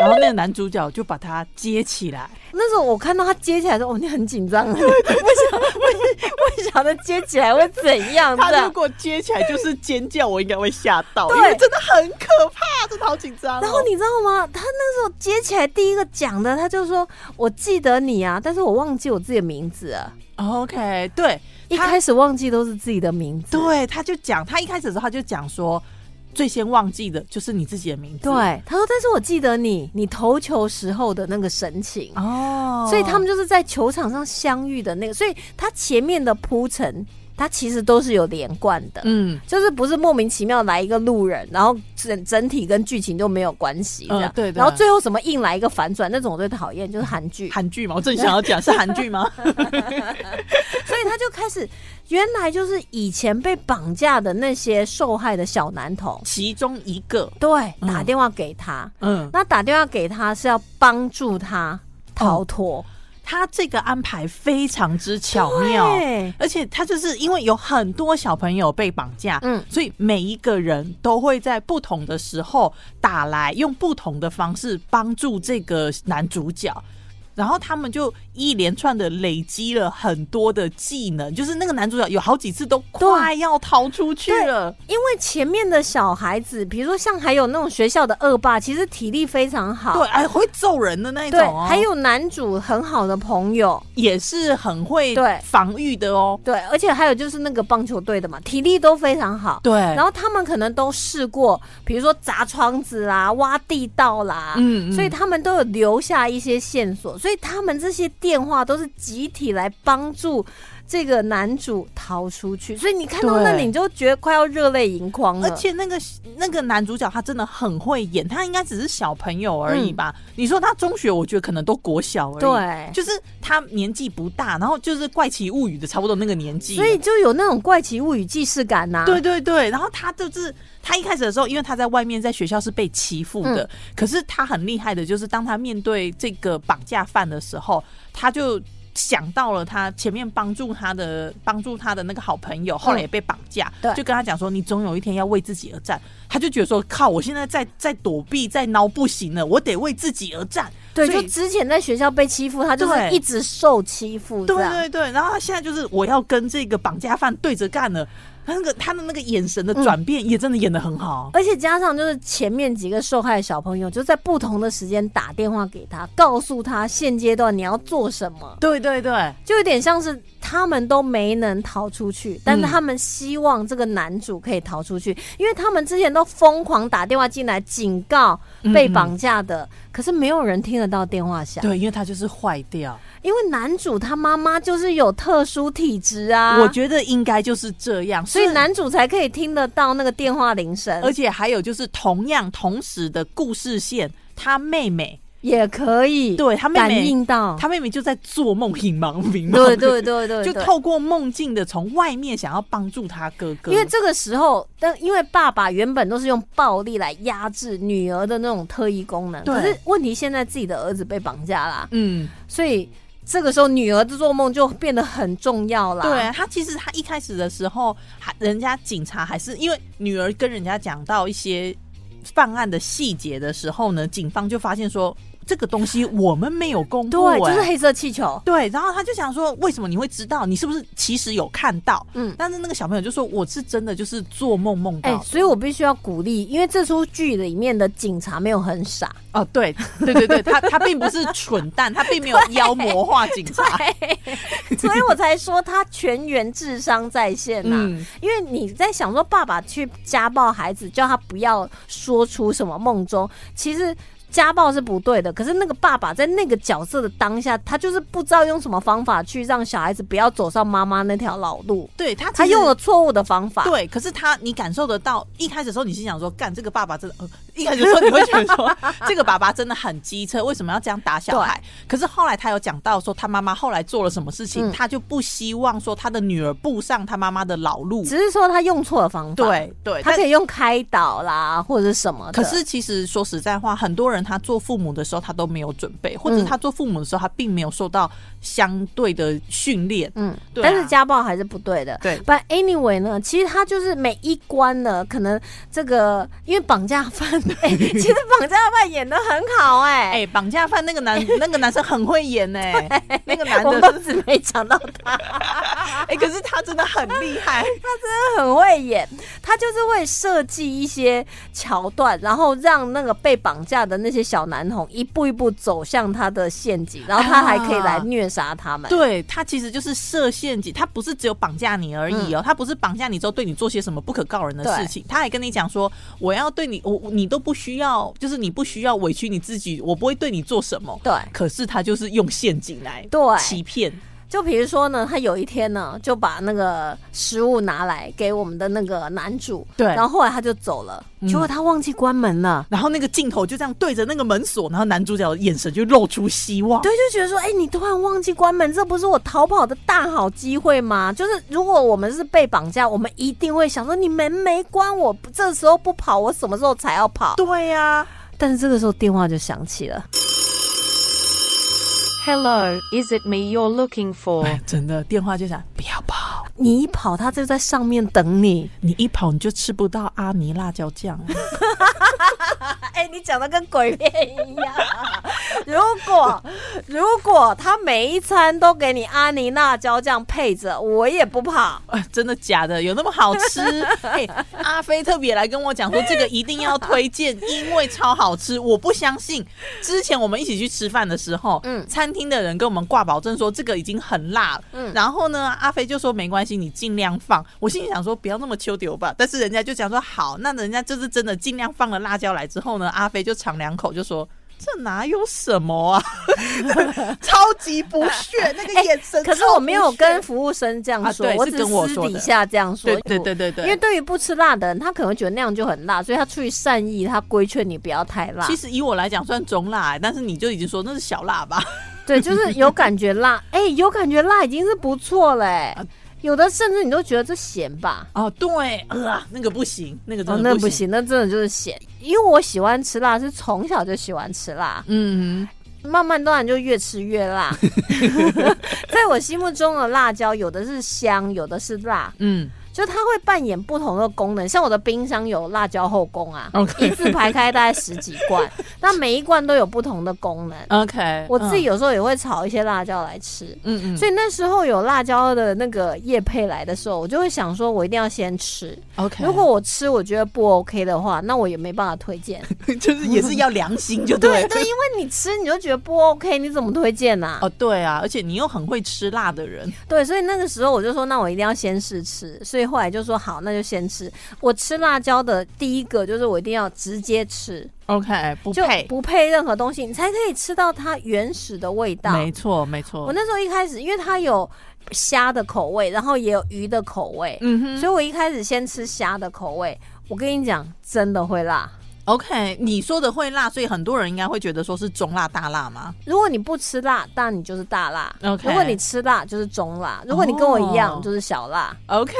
然后那个男主角就把他接起来，那时候我看到他接起来的时候，哦，你很紧张，啊，不想不不晓得接起来会怎样他如的。果接起来就是尖叫，我应该会吓到，对因为真的很可怕，真的好紧张哦、然后你知道吗？他那时候接起来第一个讲的，他就说：“我记得你啊，但是我忘记我自己的名字了。 OK，对”一他开始忘记都是自己的名字，对，他就讲，他一开始的时候他就讲说，最先忘记的就是你自己的名字。对。他说：“但是我记得你，你投球时候的那个神情。”哦，所以他们就是在球场上相遇的那个，所以他前面的铺陈，他其实都是有连贯的。嗯就是不是莫名其妙来一个路人，然后整整体跟剧情都没有关系这样、嗯对的然后最后什么硬来一个反转，那种我最讨厌，就是韩 剧。韩剧嘛，我正想要讲是韩剧 吗？所以他就开始，原来就是以前被绑架的那些受害的小男童，其中一个，对，嗯打电话给他，嗯，哦那打电话给他是要帮助他逃脱，他这个安排非常之巧妙，哦对而且他就是因为有很多小朋友被绑架，嗯，所以每一个人都会在不同的时候打来，用不同的方式帮助这个男主角。然后他们就一连串的累积了很多的技能，就是那个男主角有好几次都快要逃出去了。因为前面的小孩子，比如说像还有那种学校的恶霸，其实体力非常好，对，哎，会揍人的那一种、对哦，，还有男主很好的朋友，也是很会对防御的哦。对，而且还有就是那个棒球队的嘛，体力都非常好。对，然后他们可能都试过，比如说砸窗子啦、挖地道啦，嗯嗯所以他们都有留下一些线索，所以他们这些电话都是集体来帮助这个男主逃出去。所以你看到对那里，你就觉得快要热泪盈眶了。而且那个那个男主角他真的很会演，他应该只是小朋友而已吧？你说他中学，我觉得可能都国小而已。嗯对，就是他年纪不大，然后就是《怪奇物语》的差不多那个年纪，所以就有那种怪奇物语既视感呐、对对对，然后他就是他一开始的时候，因为他在外面在学校是被欺负嗯的，可是他很厉害的，就是当他面对这个绑架犯的时候，他就。想到了他前面帮助他的帮助他的那个好朋友，后来也被绑架，嗯对就跟他讲说，你总有一天要为自己而战。他就觉得说，靠，我现在在在躲避，在挠不行了，我得为自己而战。对，所以就之前在学校被欺负，他就是对一直受欺负这对样。对对，然后他现在就是我要跟这个绑架犯对着干了，他那个他的那个眼神嗯的转变也真的演的很好。而且加上就是前面几个受害小朋友，就在不同的时间打电话给他，告诉他现阶段你要做什么，对对对就有点像是他们都没能逃出去，但是他们希望这个男主可以逃出去，因为他们之前都疯狂打电话进来警告被嗯绑架的，可是没有人听得到电话响，对，因为他就是坏掉，因为男主他妈妈就是有特殊体质啊，我觉得应该就是这样。所以是，男主才可以听得到那个电话铃声，而且还有就是同样同时的故事线，他妹妹，也可以对他妹感妹，应到。他妹妹就在做梦，隐瞒明茫，对对对对，就对透过梦境的从外面想要帮助他哥哥，因为这个时候，但因为爸爸原本都是用暴力来压制女儿的那种特异功能，对可是问题现在自己的儿子被绑架啦，嗯，所以这个时候女儿的做梦就变得很重要啦。对他其实他一开始的时候，还人家警察还是因为女儿跟人家讲到一些犯案的细节的时候呢，警方就发现说这个东西我们没有公布、对，就哎是黑色气球，对，然后他就想说，为什么你会知道？你是不是其实有看到？嗯。但是那个小朋友就说，我是真的就是做梦梦哎、到的。所以我必须要鼓励，因为这出剧里面的警察没有很傻，哦，对对对对，他他并不是蠢蛋，他 并没有妖魔化警察。所以我才说他全员智商在线呐、嗯，因为你在想说爸爸去家暴孩子，叫他不要说出什么梦中，其实家暴是不对的，可是那个爸爸在那个角色的当下，他就是不知道用什么方法去让小孩子不要走上妈妈那条老路，对他，他用了。错误的方法。对，可是他，你感受得到，一开始的时候你心想说，干这个爸爸真的，呃一开始的时候你会觉得说， 这个爸爸真的很机车，为什么要这样打小孩？可是后来他有讲到说，他妈妈后来做了什么事情，嗯他就不希望说他的女儿步上他妈妈的老路。只是说他用错了方法。，对对，他但可以用开导啦，或者是什么的。可是其实说实在话，很多人他做父母的时候他都没有准备，或者嗯他做父母的时候他并没有受到相对的训练。嗯，对啊但是家暴还是不对的。对 But anyway 呢，其实他就是每一关呢，可能这个因为绑架 犯，哎、其实绑架犯演的很好、哎、哎、绑架犯那个男那个男生很会演哎、那个男我的们都只没讲到哎、可是他真的很厉害。很会演，他就是会设计一些桥段，然后让那个被绑架的那些小男童一步一步走向他的陷阱，然后他还可以来虐杀他们。 对他其实就是设陷阱，他不是只有绑架你而已哦，他不是绑架你之后对你做些什么不可告人的事情，他还跟你讲说我要对你，我我你都不需要，就是你不需要委屈你自己，我不会对你做什么。对可是他就是用陷阱来对欺骗，就比如说呢，他有一天呢，就把那个食物拿来给我们的那个男主，对然后后来他就走了，结果他忘记关门了。然后那个镜头就这样对着那个门锁，然后男主角的眼神就露出希望。对，就觉得说，哎、你突然忘记关门，这不是我逃跑的大好机会吗？就是如果我们是被绑架，我们一定会想说，你门没关，我不这时候不跑，我什么时候才要跑？对呀、但是这个时候电话就响起了， Hello, is it me you're looking for? 哦真的电话就想不要跑，你一跑，他就在上面等你。你一跑你就吃不到阿尼辣椒酱。哎、你讲的跟鬼片一样。 如果如果他每一餐都给你阿尼辣椒酱配着，我也不跑。啊， 真的假的？有那么好 吃？哎、阿飞特别来跟我讲说，这个一定要推荐，因为超好吃。我不相信，之前我们一起去吃饭的时候，嗯嗯，餐厅的人跟我们挂保证说这个已经很辣了，嗯嗯，然后呢，阿飞就说没关系，你尽量放。我心里想说不要那么丘丢吧，但是人家就讲说好，那人家就是真的尽量放了辣椒来之后呢，阿飞就尝两口就说。这哪有什么 啊，超级不屑那个眼神、哎可是我没有跟服务生这样说，啊对我是只跟我私说的底下这样说。对对对对对因为对于不吃辣的人，他可能会觉得那样就很辣，所以他出于善意，他规劝你不要太辣。其实以我来讲算中辣、但是你就已经说那是小辣吧？对，就是有感觉辣，哎、有感觉辣已经是不错嘞、啊有的甚至你都觉得这咸吧。哦，对，呃，那个不行，那个哦，真那的不不。行，那真的就是咸。因为我喜欢吃辣，是从小就喜欢吃辣，嗯，慢慢当然就越吃越 辣。 在我心目中的辣椒，有的是香，有的是辣，嗯，就它会扮演不同的功能。像我的冰箱有辣椒后宫啊嗯 OK 一字排开大概十几 罐，那每一罐都有不同的功能。嗯，OK，我自己，有时候也会炒一些辣椒来吃。嗯嗯，所以那时候有辣椒的那个叶配来的时候，我就会想说，我一定要先吃。 OK，如果我吃我觉得不 OK 的话，那我也没办法推荐。 就是也是要良心，就对 对。对，因为你吃你就觉得不 OK，你怎么推荐呐、哦，对啊，而且你又很会吃辣的人，对，所以那个时候我就说，那我一定要先试吃。所以后来就说好，那就先吃。我吃辣椒的第一个就是我一定要直接吃， ，OK，不就不配任何东西，你才可以吃到它原始的味道。没错，没错我，那时候一开始，因为它有虾的口味，然后也有鱼的口味，嗯哼所以我一开始先吃虾的口味。我跟你讲，真的会辣。 ，OK，你说的会辣，所以很多人应该会觉得说是中辣大辣吗？如果你不吃辣，但你就是大辣 OK 如果你吃辣，就是中辣；如果你跟我一样，哦就是小辣。 OK，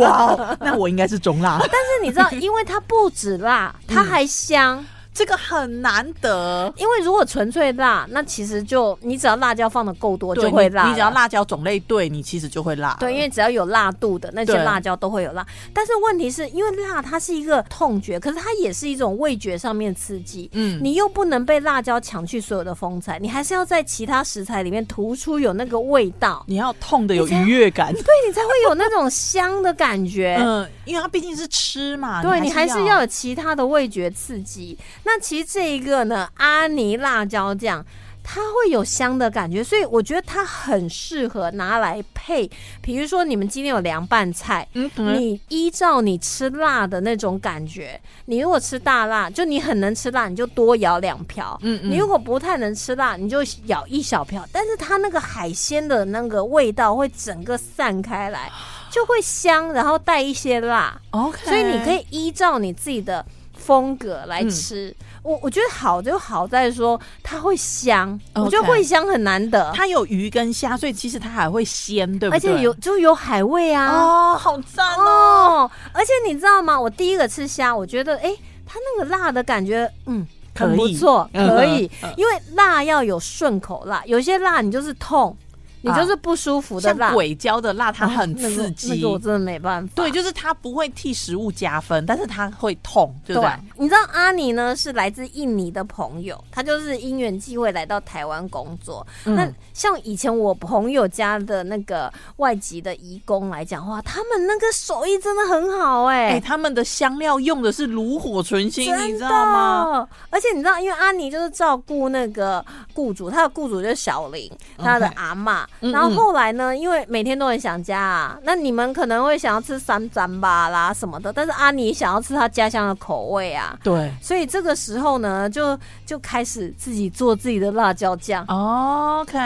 哇哦，那我应该是中 辣，但是你知道，因为它不止辣，它还香。这个很难得，因为如果纯粹辣，那其实就你只要辣椒放的够多就对会你辣你只要了。辣椒种类对，你其实就会辣了。对，因为只要有辣度的那些对辣椒都会有辣，但是问题是因为辣它是一个痛觉，可是它也是一种味觉上面刺激。嗯，你又不能被辣椒抢去所有的风采，你还是要在其他食材里面突出有那个味道，你要痛的有你才愉悦感，对你才会有那种香的感觉。嗯，因为它毕竟是吃嘛，对啊你还是是要有其他的味觉刺激。那其实这一个呢，阿尼辣椒酱。它会有香的感觉，所以我觉得它很适合拿来配。比如说，你们今天有凉拌菜，嗯，你依照你吃辣的那种感觉，你如果吃大辣，就你很能吃辣，你就多舀两瓢。嗯嗯你如果不太能吃辣，你就舀一小瓢，但是它那个海鲜的那个味道会整个散开来，就会香，然后带一些辣， OK，所以你可以依照你自己的风格来吃。嗯我我觉得好就好在说它会香 OK 我觉得会香很难得，它有鱼跟虾，所以其实它还会鲜，对不而对？且有就有海味啊。哦，好赞哦！哦，而且你知道吗？我第一个吃虾，我觉得哎、诶它那个辣的感觉，嗯。可以很不错，嗯可以嗯嗯，因为辣要有顺口辣，有些辣你就是痛，你啊就是不舒服的像辣，鬼椒的辣，它啊很那个刺激。那个我真的没办法。对，就是它不会替食物加分，但是它会痛，对不对？啊你知道阿尼呢是来自印尼的朋友，他就是因缘际会来到台湾工作。嗯那像以前我朋友家的那个外籍的移工来讲话，他们那个手艺真的很好哎、哎、他们的香料用的是炉火纯青，真你知道吗？的？而且你知道，因为安妮就是照顾那个雇主，她的雇主就是小林，她的阿嬷。嗯然后后来呢，因为每天都很想家啊，那你们可能会想要吃三斩吧啦什么的，但是安妮想要吃她家乡的口味啊。对，所以这个时候呢，就就开始自己做自己的辣椒酱。 OK，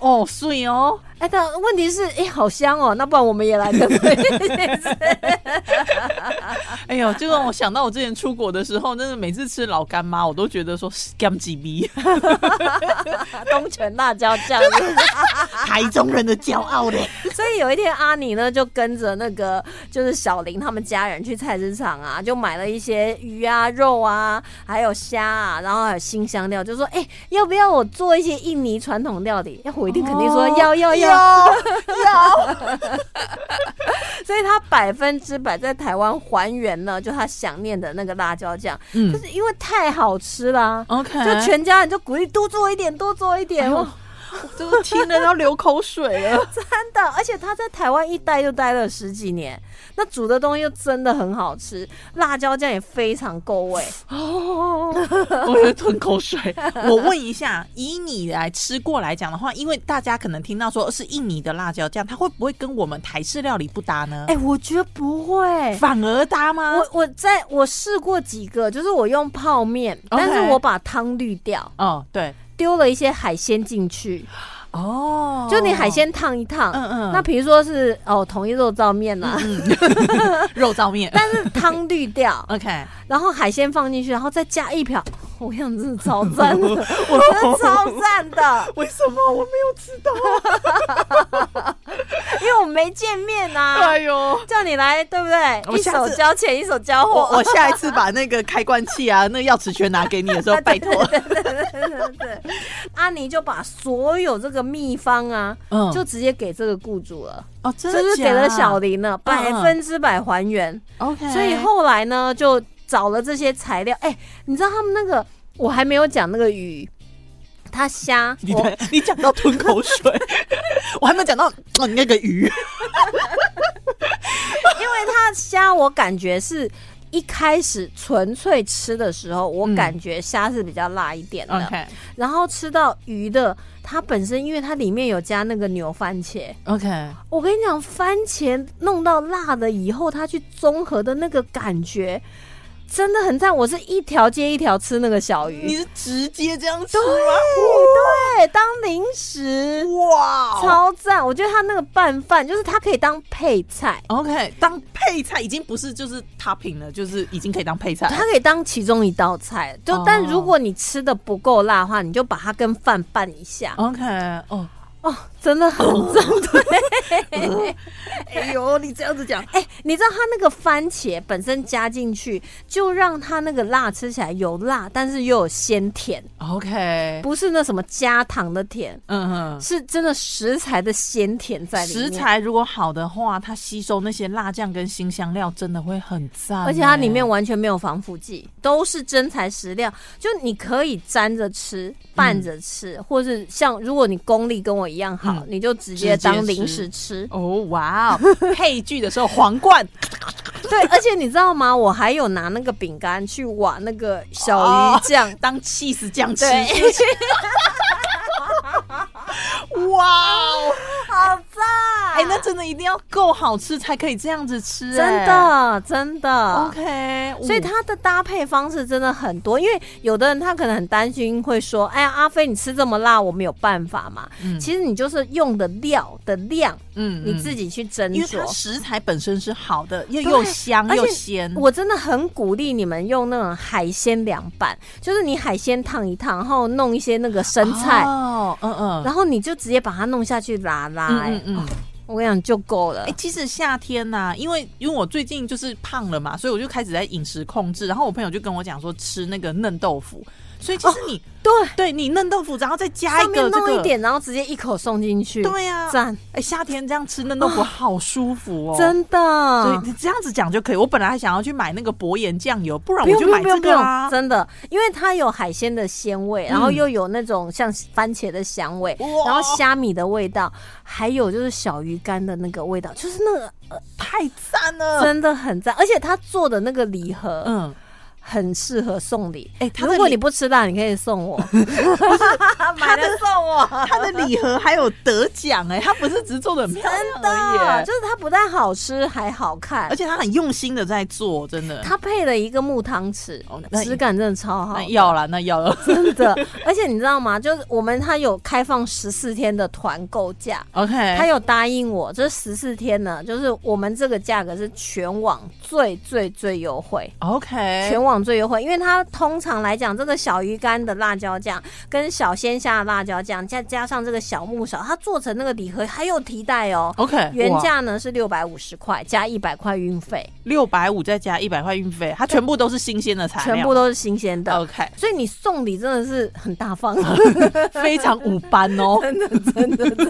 哦，碎哦，哎、但问题是，哎、好香哦！那不然我们也来跟哎呦，就让我想到我之前出国的时候，真的每次吃老干妈，我都觉得说 scam 几逼， 东泉辣椒酱。台中人的骄傲嘞。所以有一天，阿尼呢就跟着那个就是小林他们家人去菜市场啊，就买了一些鱼啊、肉啊，还有虾啊，然后还有新香料，就说：“哎、要不要我做一些印尼传统料理？”哎，我一定肯定说哦要、要要。 要，所以他百分之百在台湾还原了，就他想念的那个辣椒酱，嗯就是因为太好吃啦。 ，OK，就全家人就鼓励多做一点，多做一点，哎呦哇 就是听得要流口水 了。真的，而且他在台湾一待就待了十几年，那煮的东西又真的很好吃，辣椒酱也非常够味。我要吞口水。我问一下，以你来吃过来讲的话，因为大家可能听到说是印尼的辣椒酱，它会不会跟我们台式料理不搭呢？哎、我觉得不会。反而搭吗？我我在我试过几个，就是我用泡面，但是我把汤滤掉，哦，对，丢了一些海鲜进去，哦就你海，鲜烫一烫。嗯嗯，那比如说是哦，统一肉燥面啦，肉燥面但是汤滤掉， ，OK，然后海鲜放进去，然后再加一瓢，我想真的超 赞的，我真的超赞的。为什么我没有吃到？因为我们没见面呐、哎呦，我叫你来，对不我对？一下次手交钱，一手交货。我下一次把那个开关器啊，那个钥匙圈拿给你 的时候，拜托，啊对 对对对对，阿尼就把所有这个秘方啊，嗯就直接给这个雇主了，哦，真就是给了小林了，百嗯分之百还原。 OK，所以后来呢，就找了这些材料。哎、你知道他们那个，我还没有讲那个鱼，他虾，你我的你讲到吞 口水，我还没有讲到哦，你那个鱼，因为它虾，我感觉是一开始纯粹吃的时候，我嗯感觉虾是比较辣一点的。 OK 然后吃到鱼的，它本身因为它里面有加那个牛番茄， OK，我跟你讲，番茄弄到辣的以后，它去综合的那个感觉真的很赞。我是一条接一条吃那个小你鱼，是直接这样吃吗？对，当零食。哇哇超赞！我觉得它那个拌饭，就是它可以当配菜， ，OK，当配菜已经不是就是 topping 了，就是已经可以当配菜了。它可以当其中一道菜。就、哦但如果你吃的不够辣的话，你就把它跟饭拌一下。 OK，哦，哦，真的很赞。哎呦，你这样子讲，哎、你知道它那个番茄本身加进去，就让它那个辣吃起来有辣，但是又有鲜甜， OK，不是那什么加糖的甜，嗯是真的食材的鲜甜在哼，里面。食，材如果好的话，它吸收那些辣酱跟新香料，真的会很赞欸。而且它里面完全没有防腐剂，都是真材实料，就你可以沾着吃、拌着吃，或是像如果你功力跟我一样好，嗯你就直直接接当吃零食吃。哦哇哦， 配剧的时候皇冠对，而且你知道吗？我还有拿那个饼哦干去挖那个小鱼酱。 当 cheese 酱吃，对， 哇哦！好赞！哎、那真的一定要够好吃才可以这样子吃、真哎。的真的。 OK，所以嗯它的搭配方式真的很多，因为有的人他可能很担心，会说：“哎呀，阿飞，你吃这么辣，我没有办法嘛。嗯其实你就是用的料的量，嗯你自己，己去斟因为它酌。食材本身是好的，又又香而且又鲜。我真的很鼓励你们用那种海鲜凉拌，就是你海鲜烫一烫，然后弄一些那个生菜，哦，嗯嗯，然后你就直接把它弄下去拉拉、哎、嗯嗯嗯哦我跟你讲就够了。哎、其实夏天呐、因为因为我最近就是胖了嘛，所以我就开始在饮食控制。然后我朋友就跟我讲说，吃那个嫩豆腐。所以其实你、对，对你嫩豆腐，然后再加一上个面这弄个，一点，然后直接一口送进去，对呀、啊。赞，哎、夏天这样吃嫩豆腐好舒服哦，啊真所以的。你这样子讲就可以。我本来还想要去买那个薄盐酱油，不然不我用就不买用不这用不个用啊。，真的，因为它有海鲜的鲜味，然后嗯又有那种像番茄的香味，哇然后虾米的味道，还有就是小鱼干的那个味道，就是那个太赞了。真的很赞，而且他做的那个礼盒，嗯，很适合送礼。哎它的如果礼你不吃辣，你可以送 我，他的送我。他 的礼盒还有得奖哎、他不是只做的很漂亮真而的，啊已就是它不但好吃，还好看哦而，且他很用心的在做，真的。它配了一个木汤匙哦那，质感真的超好那。要了，那要了。 真的，而且你知道吗？就是我们它有开放十四天的团购价， OK，他有答应我，这十四天呢，就是我们这个价格是全网最最最优惠。 OK，全网最优惠，因为它通常来讲，这个小鱼干的辣椒酱跟小鲜虾的辣椒酱，再加上这个小木勺，它做成那个礼盒还有提袋哦。 OK，原价呢是六百五十块，加一百块运费，六百五再加一百块运费，它全部都是新鲜的材料，全部都是新鲜的， OK，所以你送礼真的是很大方， 非常五班哦。真的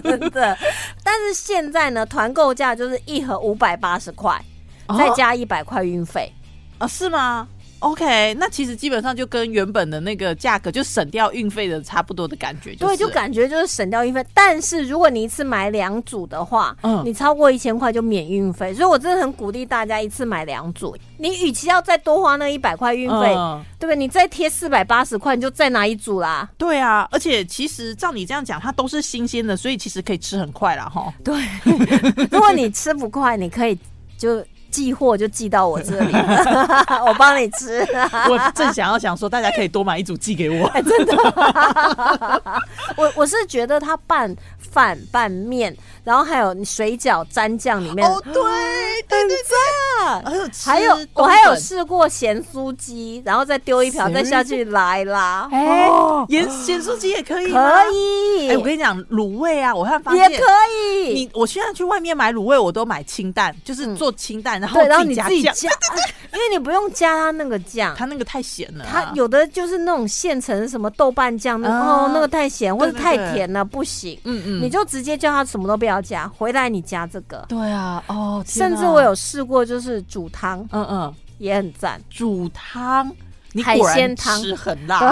真的。但是现在呢，团购价就是一盒五百八十块，哦再加一百块运费。啊、是吗？OK，那其实基本上就跟原本的那个价格就省掉运费的差不多的感觉、就是，对，就感觉就是省掉运费。但是如果你一次买两组的话，嗯你超过一千块就免运费。所以我真的很鼓励大家一次买两组。你与其要再多花那一百块运费，嗯对不对？你再贴四百八十块，你就再拿一组啦。对啊，而且其实照你这样讲，它都是新鲜的，所以其实可以吃很快啦。 哈。对，如果你吃不快，你可以就寄货就寄到我这里， 我帮你吃。 我正想要想说，大家可以多买一组寄给我。哎我我是觉得它拌饭、拌面，然后还有水饺沾酱里面，啊哦，对对对对，还有吃还有我冬还有粉试过咸酥鸡，然后再丢一瓢，再下去拉一拉，哎哦，盐咸酥鸡也可以吗，可以，哎、我跟你讲，卤味啊，我还发现也可以。你，我现在去外面买卤味，我都买清淡，就是做清淡，然后嗯对，然后你哦加自己酱，加，哎因为你不用加它那个酱，它那个太咸了、啊它。有的就是那种现成什么豆瓣酱，那个啊哦那个太咸或者对对太对甜了不行，嗯嗯，你就直接叫它什么都不要加，回来你加这个。对啊，哦，天甚哪至我，有试过，就是煮汤嗯嗯，也很赞，煮汤，你海果然鲜汤吃很辣，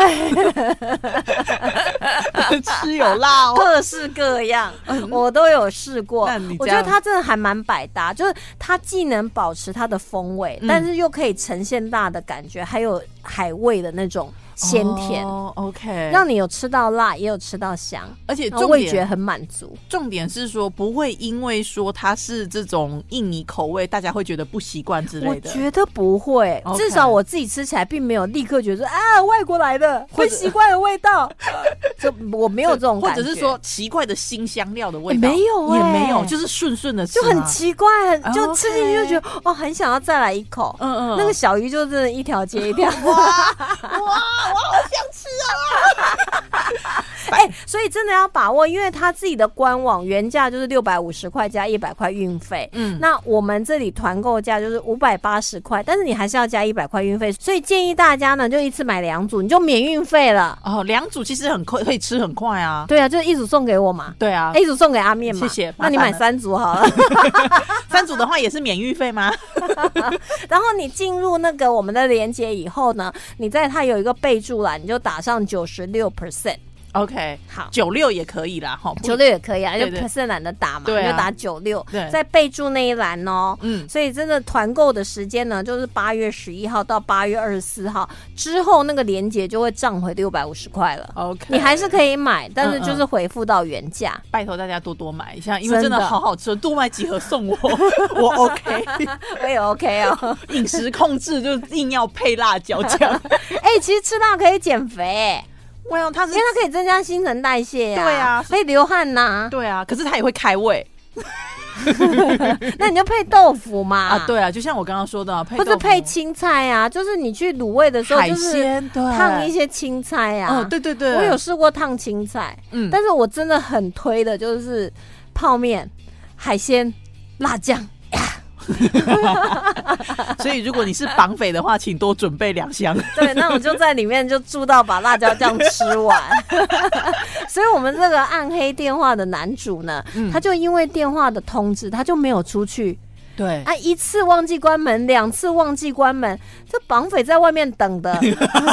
吃有 辣哦，各式各样，我都有试过那你。我这觉样得它真的还蛮百搭，就是它既能保持它的风味，嗯但是又可以呈现辣的感觉，还有海味的那种鲜甜，哦，OK，让你有吃到辣，也有吃到香，而且然后重味觉点很满足。重点是说不会因为说它是这种印尼口味，大家会觉得不习惯之我类的。觉得不会 OK 至少我自己吃起来并没有立刻觉得说啊外国来的或会者习惯的味道， 就我没有这种或感觉，者是说奇怪的新香料的味道，欸没有也欸没有，就是顺顺的吃啊就嘛，很奇怪，很就 OK 吃进去就觉得哦很想要再来一口，嗯嗯，那个小鱼就真的一条接一 条。哇，我好想吃啊！哎、所以真的要把握，因为它自己的官网原价就是六百五十块加一百块运费。嗯，那我们这里团购价就是五百八十块，但是你还是要加一百块运费，所以建议大家呢就一次买两组，你就免运费了。 哦，两组其实很快，可以吃很快啊。对啊，就是一组送给我嘛，哎对啊，一组送给阿面嘛。谢谢那你麻烦买了三组好 了。三组的话也是免运费吗？然后你进入那个我们的链接以后呢，你在它有一个备注栏，你就打上九十六 percent。 OK，好。九六也可以啦，哈，不九六也可以啊，就对对 percent 懒得打嘛，对啊就打九六对，在备注那一栏哦。嗯，所以真的团购的时间呢，就是八月十一号到八月二十四号之后，那个连接就会涨回六百五十块了。 OK，你还是可以买，但是嗯嗯就是回复到原 价。拜托大家多多买一下，因为真真的的好好吃，多买几 盒送我，我 OK。 我也 OK 哦。饮食控制就硬要配辣 椒酱，哎、其实吃辣可以减肥、 哇，它是因为它可以增加新陈代谢呀、对啊可以流汗呐、对啊，可是它也会开胃那你就配豆腐嘛，啊，，对啊，就像我刚刚说的啊，配或豆者腐配青菜啊，就是你去卤味的时候，海就是鲜，对，烫一些青菜啊。哦，对对对，我有试过烫青菜，嗯，但是我真的很推的就是泡面、海鲜、辣酱。所以如果你是绑匪的话，请多准备两箱。对，那我就在里面就住到把辣椒酱吃完。 所以，我们这个暗黑电话的男主呢，嗯他就因为电话的通知，他就没有出去 对，啊，一次忘记关门，两次忘记关门，这绑匪在外面等 的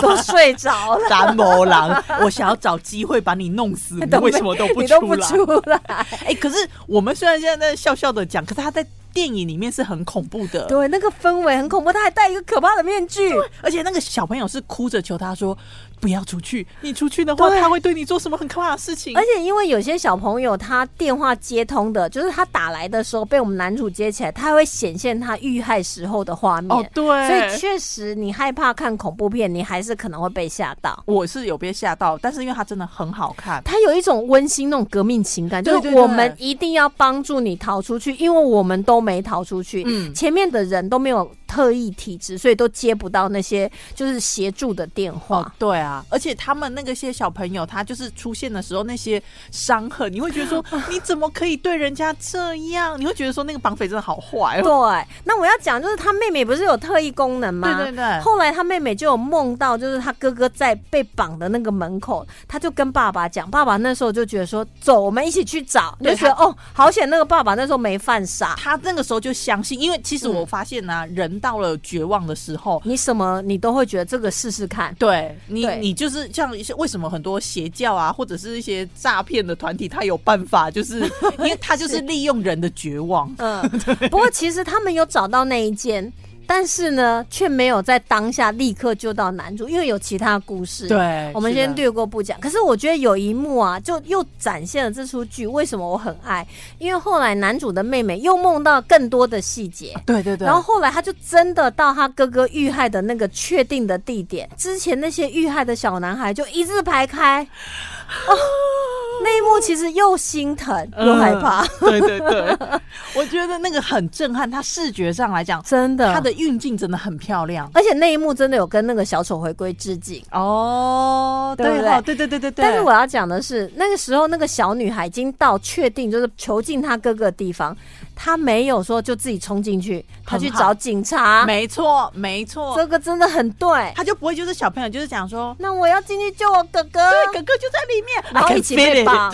都睡着了，达摩狼，我想要找机会把你弄死，你都没为什么都不你都出不来？出来。 哎、可是我们虽然现在在笑笑的讲，可是他在电影里面是很恐怖的。对，那个氛围很恐怖，他还戴一个可怕的面具。而且那个小朋友是哭着求他说：“不要出去，你出去的话，他会对你做什么很可怕的事情而。且因为有些小朋友他电话接通的，就是他打来的时候被我们男主接起来，他还会显现他遇害时候的画”面。哦，对，所以确实，你害怕看恐怖片，你还是可能会被吓到。我是有被吓到，但是因为它真的很好看，它有一种温馨那种革命情感，就是对对对我们一定要帮助你逃出去，因为我们都没逃出去，嗯前面的人都没有特异体质，所以都接不到那些就是协助的电话。哦，对啊，而且他们那个些小朋友，他就是出现的时候那些伤痕，你会觉得 说你怎么可以对人家这样？你会觉得说那个绑匪真的好坏哦。对，那我要讲就是他妹妹不是有特异功能吗？对对对后来他妹妹就有梦到，就是他哥哥在被绑的那个门口，他就跟爸爸讲，爸爸那时候就觉得说，走，我们一起去找，对就觉得哦，好险那个爸爸那时候没犯傻。他那个时候就相信，因为其实嗯我发现呢、啊人到了绝望的时候，你什么你都会觉得这个试试 看，对你，对你就是像一些为什么很多邪教啊，或者是一些诈骗的团体，他有办法，就是 因为他就是利用人的绝望。嗯， 不过其实他们有找到那一间，但是呢，却没有在当下立刻救到男主，因为有其他故事。对我们先对。略过不讲。可是我觉得有一幕啊，就又展现了这出剧为什么我很爱，因为后来男主的妹妹又梦到更多的细节。对对对，然后后来他就真的到他哥哥遇害的那个确定的地点，之前那些遇害的小男孩就一字排开， 哦，那一幕其实又心疼又害怕， 对对 对，我觉得那个很震撼，它视觉上来讲，真的。它的运镜真的很漂亮。而且那一幕真的有跟那个小丑回归致敬。哦，对不哦对对对对对。但是我要讲的是，那个时候那个小女孩已经到确定就是囚禁她哥哥的地方，她没有说就自己冲进去，她很去好找警察。没错没错，这个真的很对。他就不会就是小朋友就是讲说，那我要进去救我哥哥，对，哥哥就在里面，然 I 后 can 一起被 feel it 绑。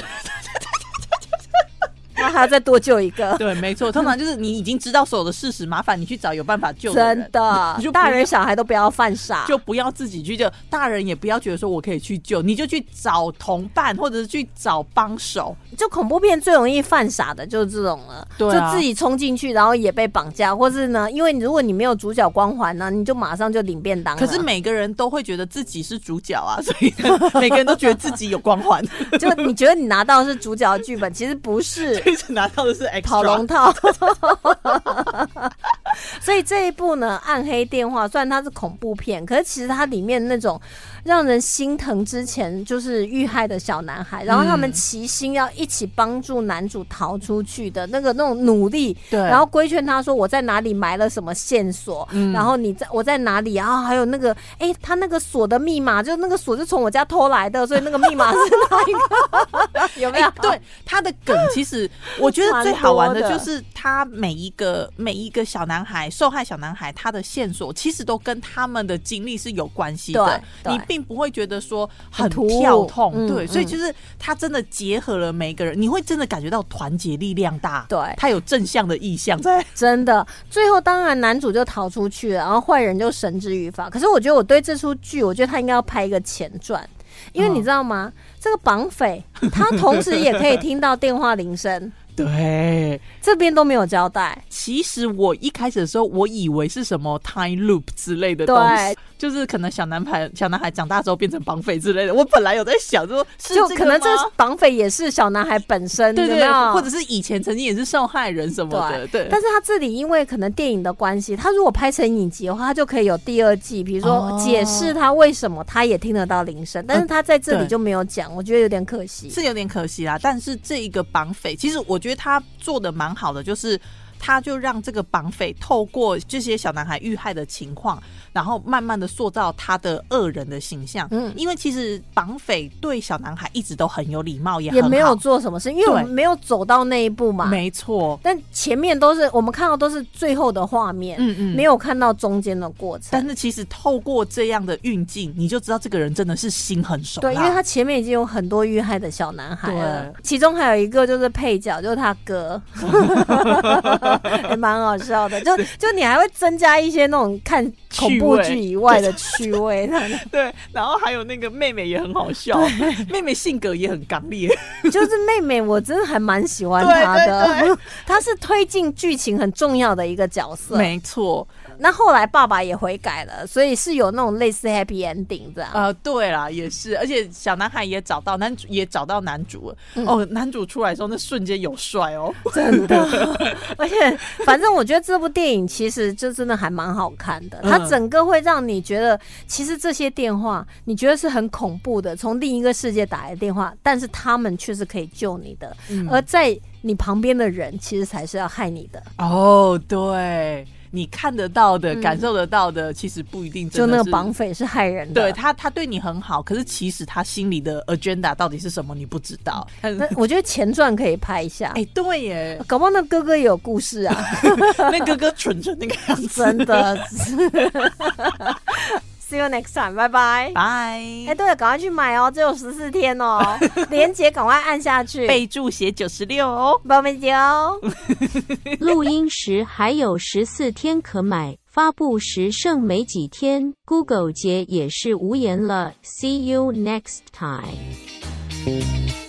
然后还要再多救一个，对，没错，通常就是你已经知道所有的事实，麻烦你去找有办法救的真人。的你就，不大人小孩都不要犯傻。 就不要自己去救，大人也不要觉得说我可以去救，你就去找同伴或者是去找帮手。就恐怖片最容易犯傻的就是这种了，对啊就自己冲进去，然后也被绑架，或是呢，因为如果你没有主角光环呢，你就马上就领便当了。可是每个人都会觉得自己是主角啊，所以每个人都觉得自己有光 环，就你觉得你拿到的是主角的剧本，其实不是一直拿到的是 extra 跑龙套。 所以这一部呢，《暗黑电话》虽然它是恐怖片，可是其实它里面那种让人心疼之前就是遇害的小男孩，然后他们齐心要一起帮助男主逃出去的那个那种努力，对，然后规劝他说我在哪里埋了什么线索，嗯然后你在我在哪里，然后还有那个，哎、他那个锁的密码，就那个锁是从我家偷来的，所以那个密码是哪一个？有没哎、有？对他的梗，其实我觉得最好玩的就是他每一个 每一个小男孩受害小男孩，他的线索其实都跟他们的经历是有关系的，对对你并不会觉得说很突兀跳痛，嗯对，嗯所以就是他真的结合了每一个人，你会真的感觉到团结力量大，对他有正向的意向在，真的。最后当然男主就逃出去了，然后坏人就绳之于法。可是我觉得我对这出剧，我觉得他应该要拍一个前传。因为嗯你知道吗？这个绑匪他同时也可以听到电话铃声，对，这边都没有交代。其实我一开始的时候，我以为是什么 time loop 之类的对东西，就是可能小男孩小男孩长大之后变成绑匪之类的。我本来有在想说， 是就这可个能这吗绑匪也是小男孩本身，对有对没有对，或者是以前曾经也是受害人什么的，对。但是他这里因为可能电影的关系，他如果拍成影集的话，他就可以有第二季，比如说哦解释他为什么他也听得到铃声，但是他在这里对就没有讲，我觉得有点可惜。是有点可惜啦。但是这一个绑匪，其实我觉得他做的蛮好的，就是他就让这个绑匪透过这些小男孩遇害的情况，然后慢慢的塑造他的恶人的形象。嗯嗯，因为其实绑匪对小男孩一直都很有礼貌，也也很没有好做什么事，因为我们对没有走到那一步嘛。没错，但前面都是我们看到都是最后的画面，嗯嗯，没有。有看到中间的过但程。是其实透过这样的运镜，你就知道这个人真的是心很手辣。对，因为 他前面已经有很多遇害的小男孩了对，其中还有一个就是配角，就是他哥， 也蛮好笑的。就就你还会增加一些那种看恐怖趣剧味以外的 趣味，对，然后还有那个妹妹也很好笑，妹妹性格也很刚 烈，就是妹妹，我真的还蛮喜欢她对的， 她是推进剧情很重要的一个角色。没错。那后来爸爸也悔改了，所以是有那种类似 happy ending 这样。呃，对啦，也是，而且小男孩也找到男主，也找到男主了。嗯哦，男主出来的时候，那瞬间有 帅哦。真的，而且反正我觉得这部电影其实就真的还蛮好看的，它嗯整个会让你觉得，其实这些电话你觉得是很恐怖的，从另一个世界打来的电话，但是他们却是可以救你的，嗯而在你旁边的人其实才是要害你的，哦，对，你看得到的、嗯感受得到的，其实不一定就真的那个是绑。匪是害人的。对他，他对你很好，可是其实他心里的 agenda 到底是什么，你不知道。那我觉得前传可以拍一下，哎，对耶，搞不好那哥哥也有故事啊， 那哥哥蠢成那个样 子。真 的。See you next time，拜拜。拜，哎、对了，赶快去买哦，只有十四天哦，连结赶快按下去，备注写九十六哦。报名节哦。录音时还有十四天可买，发布时剩没几天，Google 姐也是无言了。See you next time.